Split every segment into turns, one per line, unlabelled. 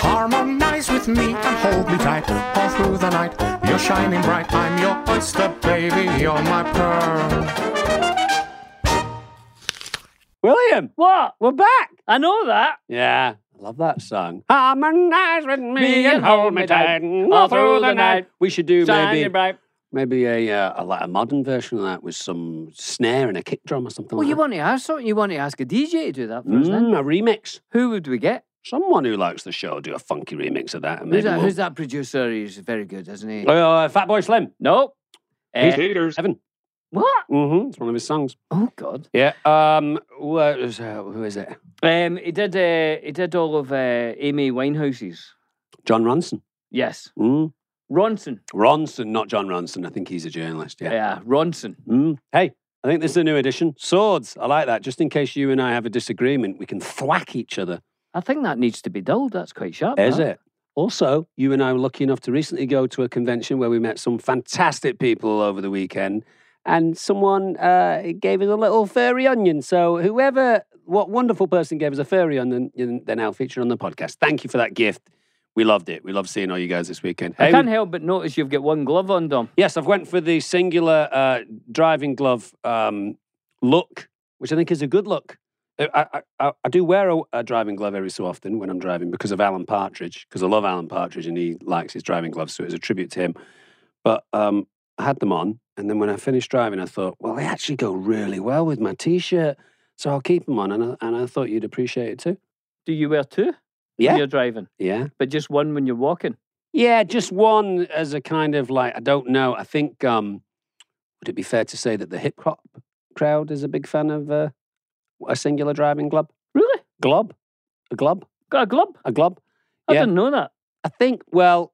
Harmonize with me and hold me tight all through the night. You're shining bright. I'm your oyster, baby. You're my pearl.
William,
What?
we're back.
I know that.
Yeah, I love that song. Harmonize with me, and hold me tight all through the night. We should do
Shiny
maybe
bright.
maybe a, uh, a like a modern version of that with some snare and a kick drum or something.
Well,
like
you
that.
want to ask something. You want to ask a DJ to do that for us, then?
Mm, a remix.
Who would we get?
Someone who likes the show do a funky remix of that. And
Who's
maybe
that,
we'll-
who's that producer? He's very good, isn't he?
Uh, Fat Boy Slim.
No.
He's
Eh,
haters. Evan.
what?
Mm-hmm. It's one of his songs.
Oh God.
Yeah. Um. Who uh, is, uh, who is it?
Um, he did. Uh, he did all of uh, Amy Winehouse's.
John Ronson.
Yes,
Mm.
Ronson.
Ronson, not John Ronson. I think he's a journalist.
Yeah,
Yeah.
Ronson.
Mm. Hey, I think this is a new edition. Swords. I like that. Just in case you and I have a disagreement, we can thwack each other.
I think that needs to be dulled. That's quite sharp.
Is
that.
it? Also, you and I were lucky enough to recently go to a convention where we met some fantastic people over the weekend, and someone uh, gave us a little furry onion. So, whoever, what wonderful person gave us a furry onion, they're now featured on the podcast. Thank you for that gift. We loved it. We love seeing all you guys this weekend.
I
Hey,
can't help but notice you've got one glove on, Dom.
Yes, I've went for the singular uh, driving glove um, look, which I think is a good look. Uh, I- I, I, I do wear a, a driving glove every so often when I'm driving because of Alan Partridge, because I love Alan Partridge and he likes his driving gloves, so it's a tribute to him. But um, I had them on, and then when I finished driving, I thought, well, they actually go really well with my t-shirt, so I'll keep them on, and I, and I thought you'd appreciate it too.
Do you wear two? When
Yeah,
you're driving,
yeah.
but just one when you're walking.
Yeah, just one as a kind of like I don't know. I think um would it be fair to say that the hip hop crowd is a big fan of uh, a singular driving glob?
Really?
Glob? A glob?
Got a glove?
A glob?
I
Yeah.
didn't know that.
I think well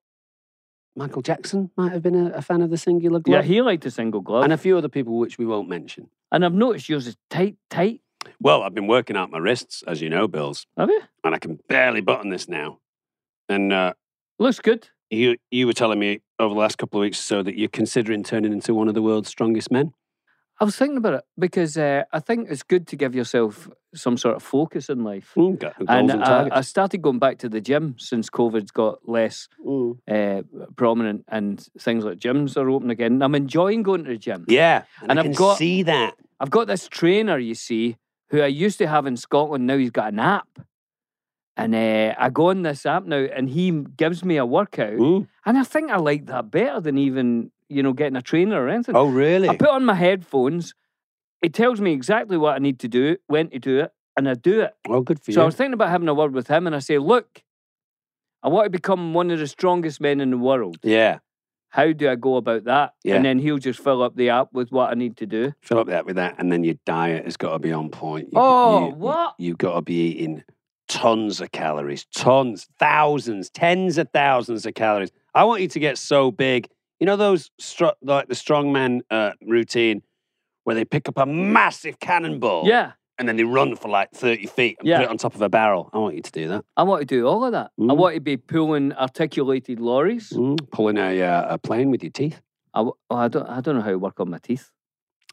Michael Jackson might have been a, a fan of the singular
Yeah,
glob.
he liked a single glove.
and
And,
a few other people which we won't mention.
I've noticed yours is tight, tight.
Well, I've been working out my wrists, as you know, Bills,
Have you?
and I can barely button this now. And uh,
Looks good.
you you were telling me over the last couple of weeks or so that you're considering turning into one of the world's strongest men.
I was thinking about it because uh, I think it's good to give yourself some sort of focus in life.
Mm, got goals
Hmm. And uh,
and,
I,
targets.
I started going back to the gym since COVID's got less
Mm.
uh, prominent and things like gyms are open again. And I'm enjoying going to the gym.
Yeah, and,
And
I
I've
can
got-
see that.
I've got this trainer, you see, who I used to have in Scotland. Now he's got an app. And uh, I go on this app now and he gives me a workout.
Mm.
And I think I like that better than even, you know, getting a trainer or anything.
Oh, really?
I put on my headphones. It tells me exactly what I need to do, when to do it, and I do it.
oh, good for
So I
you.
was thinking about having a word with him and I say, look, I want to become one of the strongest men in the world.
yeah,
How do I go about that?
Yeah.
And then he'll just fill up the app with what I need to do.
fill up that with that, and then your diet has got to be on point. You-
Oh,
you-
what?
You've got to be eating tons of calories, tons, thousands, tens of thousands of calories. I want you to get so big. You know those str- like the strongman uh, routine where they pick up a massive cannonball,
Yeah.
and then they run for like thirty feet and
Yeah.
put it on top of a barrel. I want you to do that.
I want to do all of that. I
Mm.
want to be pulling articulated lorries.
Mm, pulling a, uh, a plane with your teeth.
I, w- oh, I don't. I don't know how to work on my teeth.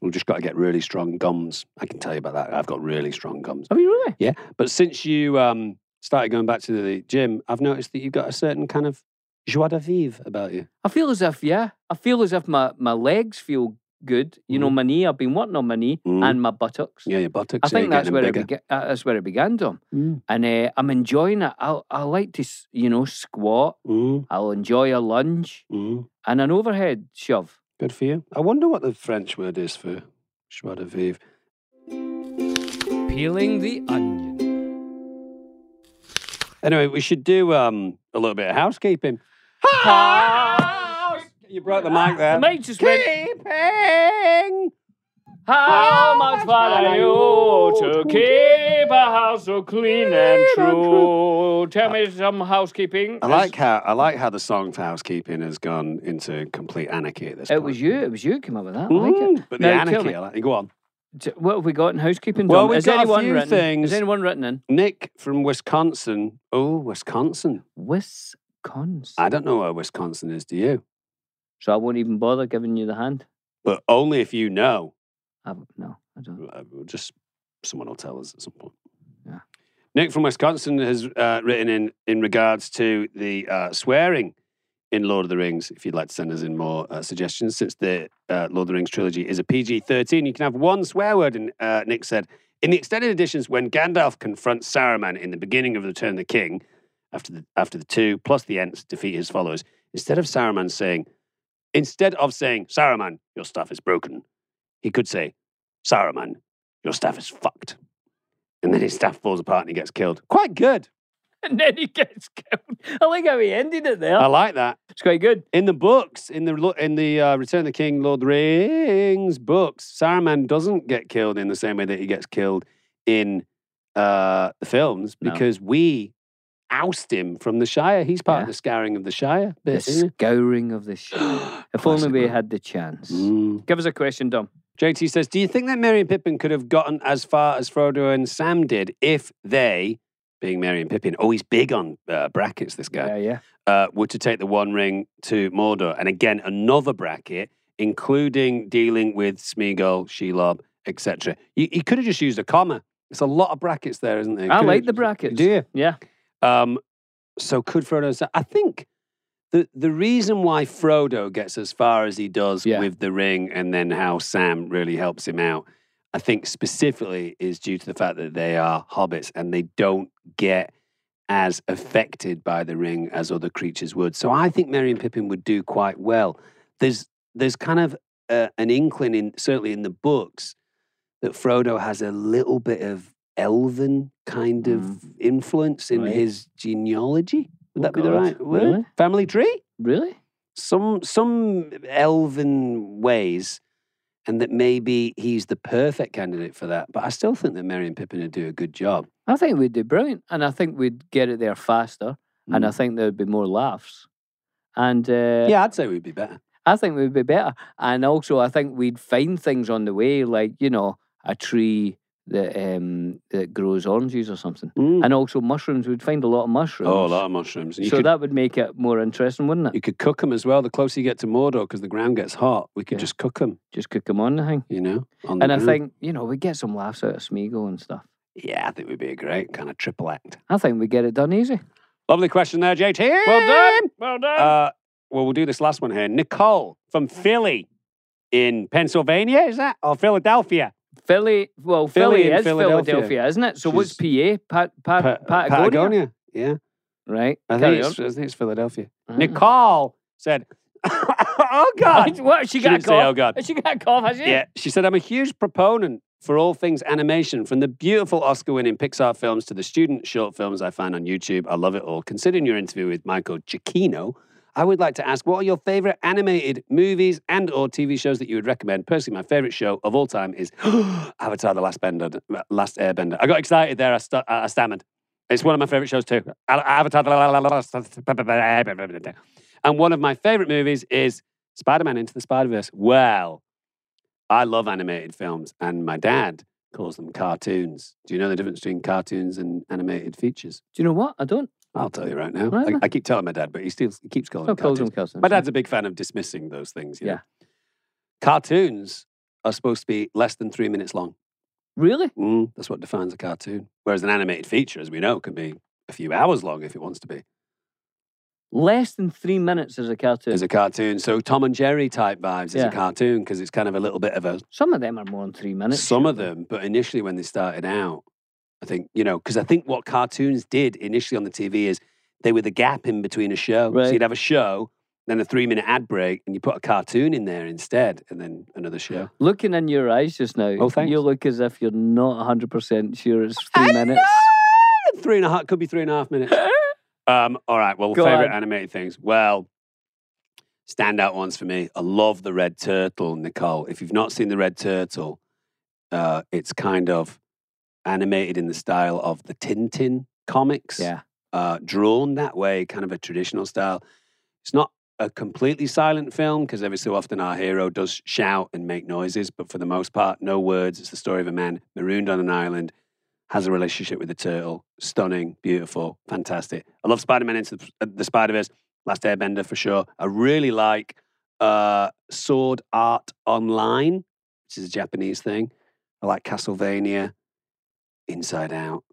We've just got to get really strong gums. I can tell you about that. I've got really strong gums.
Have you really?
Yeah. But since you um, started going back to the gym, I've noticed that you've got a certain kind of joie de vivre about you.
I feel as if yeah. I feel as if my my legs feel good. You know,
Mm.
my knee. I've been working on my knee
Mm.
and my buttocks.
Yeah, your buttocks.
I
so you're
think that's
getting
where it
bigger.
bega- uh, that's where it began, Dom.
Mm.
And uh, I'm enjoying it. I I like to s- you know squat.
Mm,
I'll enjoy a lunge
mm.
and an overhead shove.
Good for you. I wonder what the French word is for joie de vivre.
Peeling the onion.
Anyway, we should do um, a little bit of housekeeping. House! You broke the mic
The
there.
mic just went.
Keeping!
How much fun are you to keep a house so clean and true? So tell me some housekeeping.
I like how I like how the song to housekeeping has gone into complete anarchy at this point. Mm,
It was you. It was you who came up with that. I like it.
But the
Now, tell
anarchy,
me,
I like. Go on.
t- what have we got in housekeeping?
Well,
Dom?
we've
Has
got a
anyone
few
written?
things.
Has anyone written in
Nick from Wisconsin. Oh, Wisconsin.
Wisconsin?
I don't know where Wisconsin is, do you?
so I won't even bother giving you the hand.
But only if you know.
I, Ah, no, I don't.
Uh, we'll Just someone will tell us at some point.
Yeah.
Nick from Wisconsin has uh, written in in regards to the uh, swearing in Lord of the Rings. If you'd like to send us in more uh, suggestions, since the uh, Lord of the Rings trilogy is a PG thirteen, you can have one swear word. And uh, Nick said in the extended editions when Gandalf confronts Saruman in the beginning of Return of the King, after the after the two plus the Ents defeat his followers, instead of Saruman saying, instead of saying Saruman, your staff is broken, he could say Saruman, your staff is fucked. And then his staff falls apart and he gets killed. Quite good.
And then he gets killed. I like how he ended it there.
I like that.
it's quite good.
In the books, in the lo- in the uh, Return of the King, Lord of the Rings books, Saruman doesn't get killed in the same way that he gets killed in uh, the films
No.
because we oust him from the Shire. He's part of
Yeah.
the scouring of the Shire.
The
Bit, isn't
scouring of the
he?
show. if only
Classic
we
one.
had the chance.
Mm.
Give us a question, Dom.
JT says, Do you think that Mary and Pippin could have gotten as far as Frodo and Sam did if they, being Mary and Pippin, always big on uh, brackets, this
Yeah,
guy,
yeah.
uh, were to take the One Ring to Mordor? And again, another bracket, including dealing with Smeagol, Shelob, etc. You, you could have just used a comma. It's a lot of brackets there, isn't there? You
I
could
like
have-
the brackets.
Do you?
Yeah.
Um, so could Frodo and Sam? I think the the reason why Frodo gets as far as he does
Yeah.
with the ring, and then how Sam really helps him out, I think specifically is due to the fact that they are hobbits and they don't get as affected by the ring as other creatures would. So I think Merry and Pippin would do quite well. There's there's kind of uh, an inkling in certainly in the books that Frodo has a little bit of elven kind of influence in
Right.
his genealogy. Would
Oh,
that be the
God.
right word?
Really?
Family tree?
Really?
Some some elven ways, and that maybe he's the perfect candidate for that. But I still think that Merry and Pippin would do a good job.
I think we'd do brilliant. And I think we'd get it there faster. And I think there'd be more laughs. And uh,
Hmm. yeah, I'd say we'd be better.
I think we'd be better. And also, I think we'd find things on the way, like, you know, a tree that um, that grows oranges or something. And also mushrooms. We'd find a lot of mushrooms.
Oh, a Mm. Oh, lot of mushrooms. You
so
could,
that would make it more interesting, wouldn't it?
you could cook them as well. The closer you get to Mordor, because the ground gets hot, we could
Yeah.
just cook them.
Just cook them on the thing.
You know. on the
And I
ground.
think, you know, we get some laughs out of Smeagol and stuff.
yeah, I think we'd be a great kind of triple act.
I think we get it done easy.
Lovely question there, JT.
Well done. Well done.
Uh, well, we'll do this last one here. Nicole from Philly in Pennsylvania, is that? Or Philadelphia?
Philly, well,
Philly
Philly,
in
is Philadelphia.
Philadelphia,
isn't it? So what's PA? Pat, pat,
Pa-
Patagonia?
Yeah.
Right.
I
Carry Uh-huh.
think, it's, I think it's Philadelphia.
on.
Nicole said, Oh,
Right.
God.
What? She
She
got a
didn't say,
cough.
"Oh, God."
She got a cough, has she?
Yeah, she said, I'm a huge proponent for all things animation, from the beautiful Oscar winning Pixar films to the student short films I find on YouTube. I love it all. Considering your interview with Michael Giacchino, I would like to ask what are your favorite animated movies and or TV shows that you would recommend? Personally, my favorite show of all time is Avatar The Last Bender, Last Airbender. I got excited there. I, stu- I stammered. It's one of my favorite shows too. Al- Avatar The Last Airbender. And one of my favorite movies is Spider-Man Into the Spider-Verse. Well, I love animated films, and my dad calls them cartoons. Do you know the difference between cartoons and animated features?
Do you know what? I don't.
I'll tell you right now.
Really?
I, I keep telling my dad, but he still he keeps calling
Oh,
them
calls
cartoons.
them cousins.
My dad's a big fan of dismissing those things. yeah.
Yeah.
Cartoons are supposed to be less than three minutes long.
Really?
Mm, that's what defines a cartoon. Whereas an animated feature, as we know, can be a few hours long if it wants to be.
Less than three minutes as a cartoon.
As a cartoon, so Tom and Jerry type vibes is a
Yeah.
cartoon because it's kind of a little bit of a
Some of them are more than three minutes.
some of them, but initially when they started out, I think, you know, because I think what cartoons did initially on the TV is they were the gap in between a show. So
Right.
you'd have a show, then a three minute ad break, and you put a cartoon in there instead, and then another show.
Looking in your eyes just now,
Oh, thanks.
you look as if you're not 100% sure it's three minutes.
Eh, Three and a half, could be three and a half minutes. um, all right, well,
Go
favorite
on.
animated things. Well, standout ones for me. I love The Red Turtle, Nicole. If you've not seen The Red Turtle, uh, it's kind of animated in the style of the Tintin comics.
Yeah.
uh, drawn that way, kind of a traditional style. It's not a completely silent film because every so often our hero does shout and make noises, but for the most part, no words. It's the story of a man marooned on an island, has a relationship with a turtle. Stunning, beautiful, fantastic. I love Spider Man into the, uh, the Spider Verse, Last Airbender for sure. I really like uh, Sword Art Online, which is a Japanese thing. I like Castlevania, Inside Out,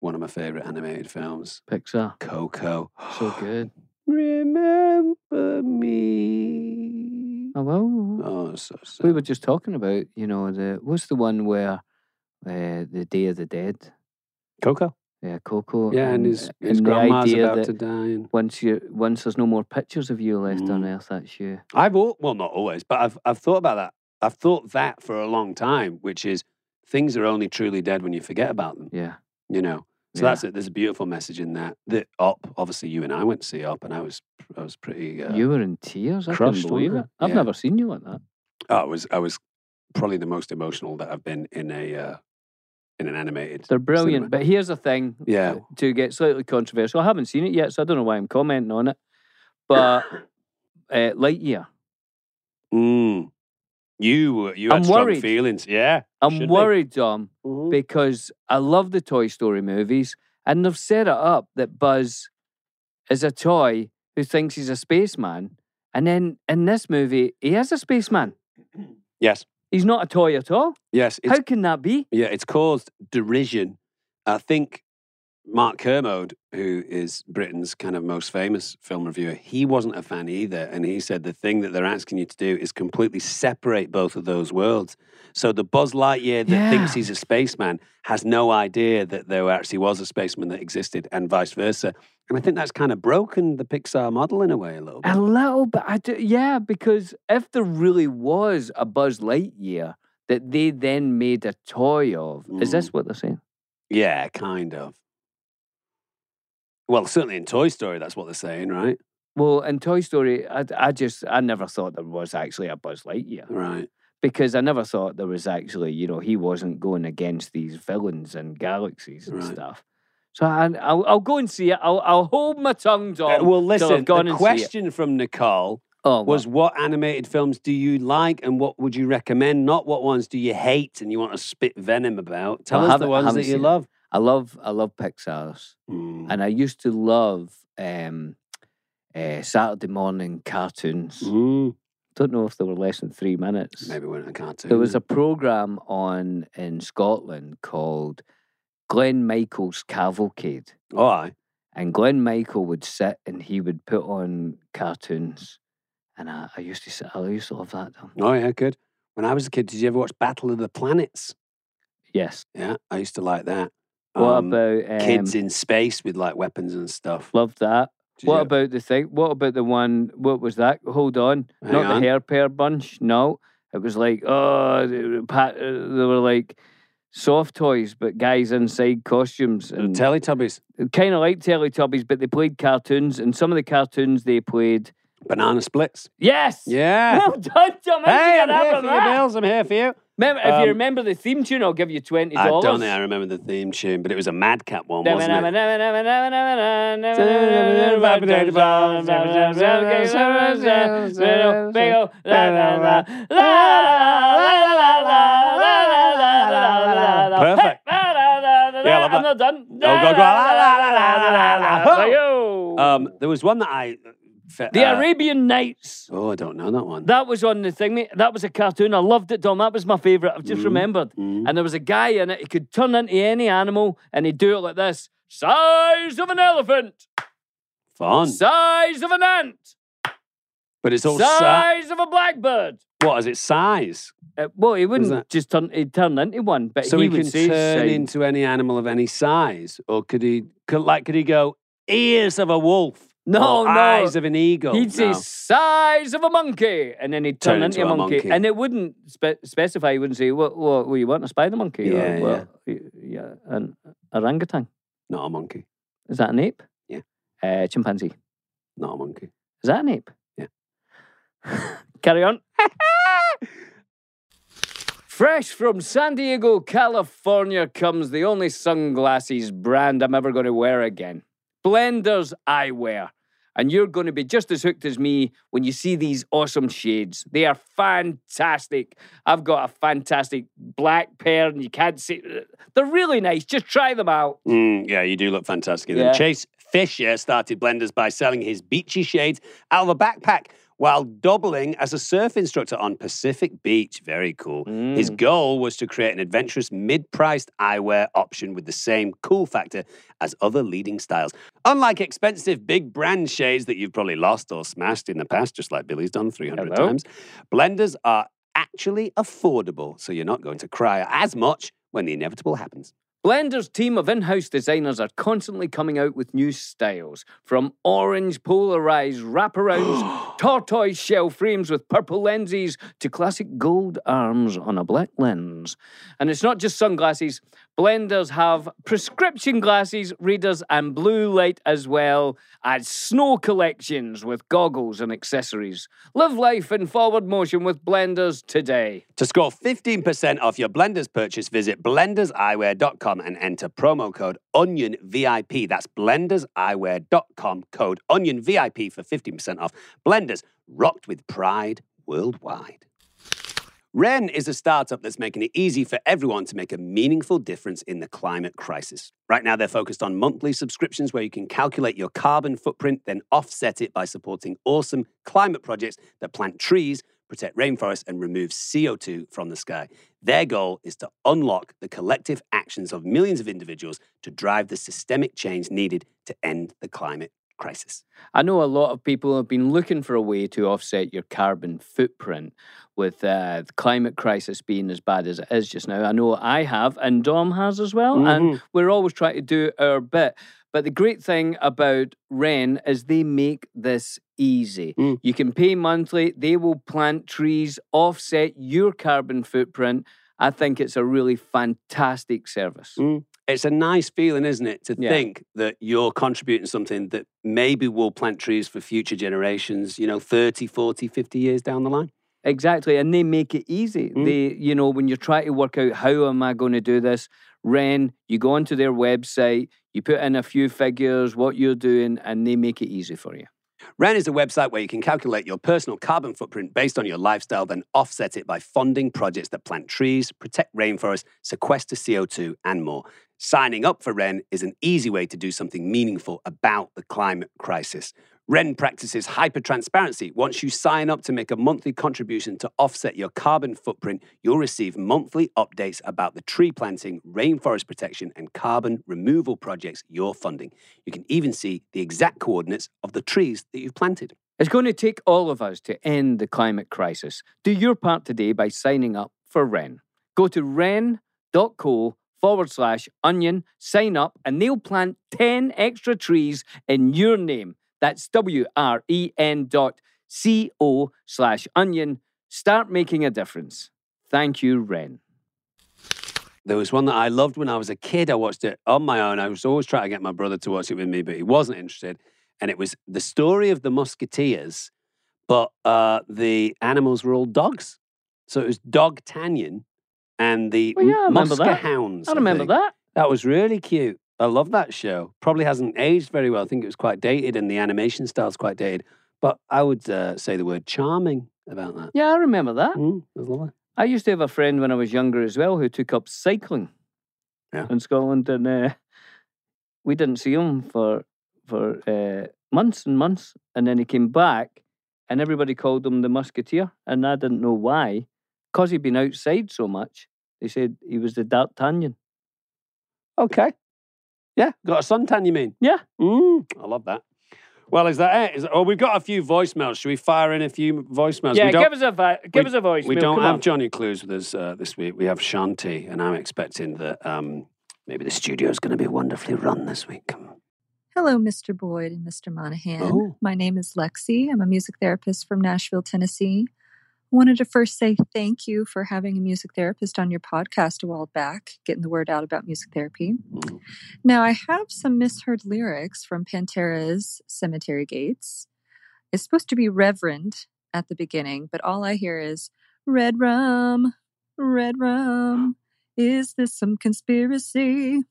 one of my favorite animated films.
Pixar.
Coco.
So good.
Remember me.
Oh, well.
Oh, so sad.
We were just talking about, you know, the what's the one where uh, the Day of the Dead,
Coco.
yeah, Coco.
Yeah, and his,
uh,
his
and the
grandma's
idea
about
that
to die. And
Once you, once there's no more pictures of you left on
Mm.
Earth, that's you.
I've al- well, not always, but I've I've thought about that. I've thought that for a long time, which is things are only truly dead when you forget about them.
Yeah,
You know. So
Yeah.
that's it. There's a beautiful message in that. The op, obviously, you and I went to see op, and I was I was pretty. Uh,
you were in tears. I couldn't
crushed,
believe it.
wasn't I?
I've
Yeah.
never seen you like that.
I was I was probably the most emotional that I've been in a uh, in an animated.
They're brilliant.
cinema.
But here's the thing.
Yeah.
uh, To get slightly controversial, I haven't seen it yet, so I don't know why I'm commenting on it. But uh, Lightyear,
Mm. You were you had
I'm
strong
worried.
feelings. Yeah.
I'm
should be.
worried, Dom, because I love the Toy Story movies, and they've set it up that Buzz is a toy who thinks he's a spaceman, and then in this movie, he is a spaceman.
Yes.
He's not a toy at all.
Yes. It's,
How can that be?
yeah, it's caused derision. I think Mark Kermode, who is Britain's kind of most famous film reviewer, he wasn't a fan either. And he said the thing that they're asking you to do is completely separate both of those worlds. So the Buzz Lightyear that thinks
Yeah.
he's a spaceman has no idea that there actually was a spaceman that existed and vice versa. And I think that's kind of broken the Pixar model in a way a little bit.
A little bit, I do, yeah, because if there really was a Buzz Lightyear that they then made a toy of, is this what they're saying?
Yeah, kind of. Well, certainly in Toy Story, that's what they're saying, right?
Well, in Toy Story, I, I just, I never thought there was actually a Buzz Lightyear
Right.
because I never thought there was actually, you know, he wasn't going against these villains and galaxies and
Right.
stuff. So I, I'll, I'll go and see it. I'll, I'll hold my tongue, Dom.
Uh, well,
till I've
listen,
gone
the
and seen it.
question from Nicole
oh,
was
well,
what animated films do you like and what would you recommend? Not what ones do you hate and you want to spit venom about. Tell
Well, I
us the
haven't-
ones
haven't
that you
seen it.
love.
I love, I love Pixar's.
Mm.
and I used to love um, uh, Saturday morning cartoons.
Mm.
Don't know if they were less than three minutes.
Maybe we're in a cartoon.
There was a program on in Scotland called Glenn Michaels Cavalcade,
Oh, aye.
and Glenn Michael would sit and he would put on cartoons, and I, I used to sit, I used to love that. Though.
Oh, yeah, good. When I was a kid, did you ever watch Battle of the Planets?
Yes.
Yeah, I used to like that.
What
Um,
about um,
kids in space with like weapons and stuff?
Love that.
Did
What
you-
about the thing? What about the one? What was that? Hold on,
Hang
not
on.
the hair pair bunch. No, it was like oh, they- Pat- uh, they were like soft toys, but guys inside costumes
The
and
Teletubbies?
kind of like Teletubbies, but they played cartoons, and some of the cartoons they played.
Banana splits.
Yes.
Yeah.
Well done, Tom.
hey,
How'd you get
I'm
that
here
from
for you,
that?
Bills. I'm here for you.
Remember, if
Um,
you remember the theme tune, I'll give you twenty
I
dollars.
don't think I remember the theme tune, but it was a madcap one, wasn't it? Perfect.
Perfect.
Yeah, I love that.
I'm not done.
go, go, la, la, la, la, la, la, la.
For you.
Um, there was one that I. fe-
the
uh,
Arabian Nights.
Oh, I don't know that one.
That was on the thing, mate. That was a cartoon. I loved it, Dom. That was my favourite. I've just
Mm-hmm.
remembered.
Hmm.
And there was a guy in it. He could turn into any animal and he'd do it like this size of an elephant,
Fun.
size of an ant,
But it's all. Si-
size of a blackbird.
what is it? Size.
Uh, well, he
that-
wouldn't just turn, he'd turn into one, but
So
he,
he,
would
can
say
turn
size.
into any animal of any size, or could he? Could, like, could he go ears of a wolf?
No,
or
no.
Eyes of an eagle.
He'd say
No.
size of a monkey, and then he'd turn, into, a monkey. and it wouldn't spe- specify. He wouldn't say what, what, what you want a spider monkey
Yeah,
or what, yeah. yeah, an orangutan.
Not a monkey.
Is that an ape?
Yeah.
Uh, chimpanzee.
Not a monkey.
Is that an ape?
Yeah.
Carry on. Fresh from San Diego, California comes the only sunglasses brand I'm ever going to wear again. Splendor's eyewear. And you're going to be just as hooked as me when you see these awesome shades. They are fantastic. I've got a fantastic black pair, and you can't see. uh, They're really nice. Just try them out.
Mm, yeah, you do look fantastic. in them.
Yeah.
Chase Fisher started Blenders by selling his beachy shades out of a backpack while doubling as a surf instructor on Pacific Beach. Very cool. His
Mm.
goal was to create an adventurous mid-priced eyewear option with the same cool factor as other leading styles. Unlike expensive big brand shades that you've probably lost or smashed in the past, just like Billy's done 300
Hello.
times, blenders are actually affordable, so you're not going to cry as much when the inevitable happens.
Blender's team of in house designers are constantly coming out with new styles, from orange polarized wraparounds, tortoise shell frames with purple lenses, to classic gold arms on a black lens. And it's not just sunglasses, blenders have prescription glasses, readers, and blue light, as well as snow collections with goggles and accessories. Live life in forward motion with blenders today.
To score 15% off your Blenders purchase, visit blenderseyewear.com and enter promo code ONIONVIP. That's blenderseyewear.com, code ONIONVIP for 15% off. Blenders, rocked with pride worldwide. Ren is a startup that's making it easy for everyone to make a meaningful difference in the climate crisis. Right now, they're focused on monthly subscriptions where you can calculate your carbon footprint, then offset it by supporting awesome climate projects that plant trees, protect rainforests, and remove CO2 from the sky. Their goal is to unlock the collective actions of millions of individuals to drive the systemic change needed to end the climate crisis.
I know a lot of people have been looking for a way to offset your carbon footprint with uh, the climate crisis being as bad as it is just now. I know I have, and Dom has as well. Oh,
Mm-hmm.
And we're always trying to do our bit. But the great thing about REN is they make this easy.
Mm.
You can pay monthly, they will plant trees, offset your carbon footprint. I think it's a really fantastic service.
it's a nice feeling, isn't it, to
Yeah.
think that you're contributing something that maybe will plant trees for future generations, you know, 30, 40, 50 years down the line.
Exactly, and they make it easy.
Mm.
They, you know, when you're trying to work out how am I going to do this, Ren, you go onto their website, you put in a few figures, what you're doing, and they make it easy for you.
REN is a website where you can calculate your personal carbon footprint based on your lifestyle, then offset it by funding projects that plant trees, protect rainforests, sequester CO2, and more. Signing up for REN is an easy way to do something meaningful about the climate crisis. REN practices hyper transparency. Once you sign up to make a monthly contribution to offset your carbon footprint, you'll receive monthly updates about the tree planting, rainforest protection, and carbon removal projects you're funding. You can even see the exact coordinates of the trees that you've planted.
It's going to take all of us to end the climate crisis. Do your part today by signing up for Ren. Go to ren.co forward slash onion, sign up, and they'll plant 10 extra trees in your name. That's W R E N dot C O slash onion. Start making a difference. Thank you, Ren.
There was one that I loved when I was a kid. I watched it on my own. I was always trying to get my brother to watch it with me, but he wasn't interested. And it was the story of the Musketeers, but uh, the animals were all dogs. So it was Dog Tanyan and the
Well, yeah, I remember
Musker
that.
Hounds.
I remember
think.
that.
That was really cute. I love that show. Probably hasn't aged very well. I think it was quite dated and the animation style's quite dated. But I would uh, say the word charming about that.
Yeah, I remember that.
Mm, it was lovely.
I used to have a friend when I was younger as well who took up cycling
Yeah.
in Scotland, and uh, we didn't see him for for uh, months and months, and then he came back, and everybody called him the Musketeer, and I didn't know why, because he'd been outside so much. They said he was the D'Artagnan.
Okay. Yeah, got a suntan, you mean?
Yeah.
Mm, I love that. Well, is that it? Is, oh, we've got a few voicemails. Should we fire in a few voicemails? we don't,
us a
give we- us
a voice.
we don't have Johnny Clues with us uh, this week. We have Shanti, and I'm expecting that um, maybe the studio's going to be wonderfully run this week.
Hello, Mr. Boyd and Mr. Monahan.
Oh.
My name is Lexi. I'm a music therapist from Nashville, Tennessee. I wanted to first say thank you for having a music therapist on your podcast a while back, getting the word out about music therapy.
Mm.
Now, I have some misheard lyrics from Pantera's Cemetery Gates. It's supposed to be Reverend at the beginning, but all I hear is Red Rum, Red Rum. Is this some conspiracy?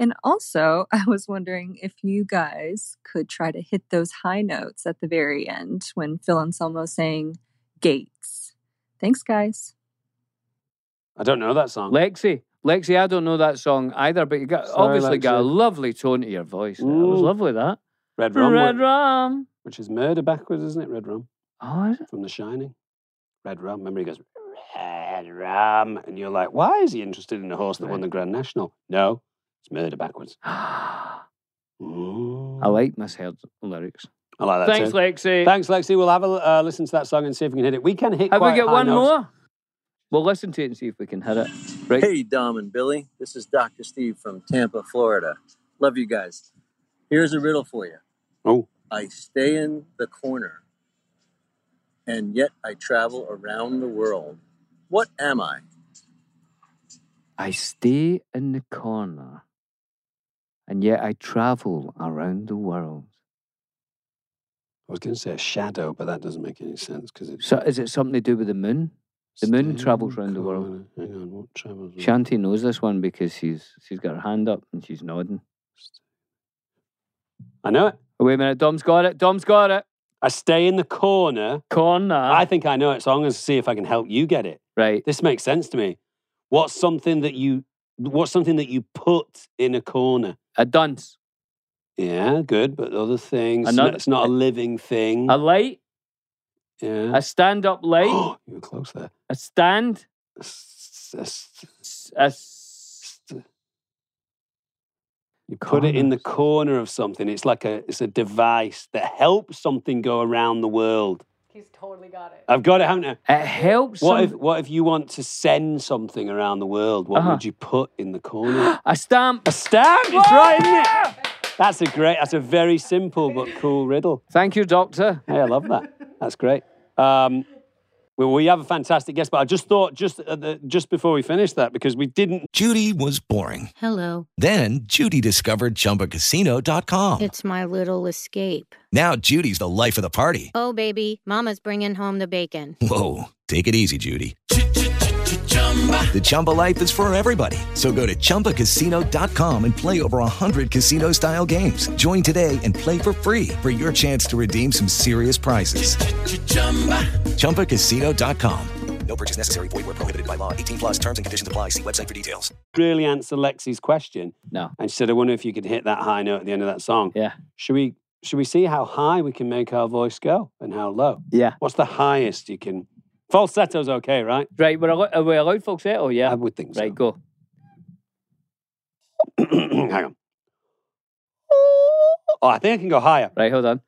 And also, I was wondering if you guys could try to hit those high notes at the very end when Phil Anselmo's saying gates. Thanks, guys.
I don't know that song.
Lexi, Lexi, I don't know that song either, but you got
Sorry,
obviously got a
Lexi.
lovely tone to your voice. There. It was
Ooh.
lovely that.
Red Rum,
Red
wh-
rum.
which is murder backwards, isn't it? Red Rum
Oh, is it?
from The Shining. Red Rum. Remember he goes Red Rum, and you're like, why is he interested in a horse that won
Right.
the Grand National? No, it's murder backwards.
I
Mm.
like misheard lyrics.
I like that
Thanks,
too.
Lexi.
Thanks, Lexi. We'll have a l- uh, listen to that song and see if we can hit it. We can hit.
Have we
quite
got
high
one
notes.
more? We'll listen to it and see if we can hit it. Right.
Hey, Dom and Billy. This is Dr. Steve from Tampa, Florida. Love you guys. Here's a riddle for you
Oh,
I stay in the corner, and yet I travel around the world. What am I?
I stay in the corner, and yet I travel around the world.
I was going to say a shadow, but that doesn't make any sense because it's
So, is it something to do with the moon? The moon
Stay
travels
in the
round the world.
corner. Hang on, what travels? round-
Shanti knows this one because she's she's got her hand up and she's nodding.
I know it.
Oh, wait a minute, Dom's got it. Dom's got it.
I stay in the corner.
Corner.
I think I know it, so I'm going to see if I can help you get it.
right.
This makes sense to me. What's something that you what's something that you put in a corner?
A dunce.
Yeah, good, but other things. it's
Another-
not- it's not a living thing.
A light.
yeah.
A stand up light.
you were close there.
a stand.
S- s-
s- A s-
s- You put it in the corner of something. It's like a it's a device that helps something go around the world.
He's totally got it.
I've got it, haven't I?
It helps.
What if
some-
what if you want to send something around the world? What
Uh-huh.
would you put in the corner?
a stamp.
A stamp. It's right, isn't it? That's a great. That's a very simple but cool riddle.
Thank you, Doctor.
Hey, I love that. That's great. Um, we, we have a fantastic guest, but I just thought just uh, the, just before we finish that because we didn't.
Judy was boring.
Hello.
Then Judy discovered ChumbaCasino.com.
It's my little escape.
now Judy's the life of the party.
Oh, baby, Mama's bringing home the bacon.
Whoa, take it easy, Judy. The Chumba life is for everybody. So go to ChumbaCasino.com and play over 100 casino style games. Join today and play for free for your chance to redeem some serious prizes. ChumbaCasino.com. No purchase necessary. Void where prohibited by law. 18 plus terms and conditions apply. See website for details.
really answer Lexi's question.
No.
And she said, I wonder if you could hit that high note at the end of that song.
Yeah.
Should we should we see how high we can make our voice go and how low?
Yeah.
What's the highest you can falsetto's okay, right?
Right. We're allo- are we allowed falsetto? Yeah.
I would think Um, so.
right. Go.
Hang on. Oh, I think I can go higher.
Right. Hold on.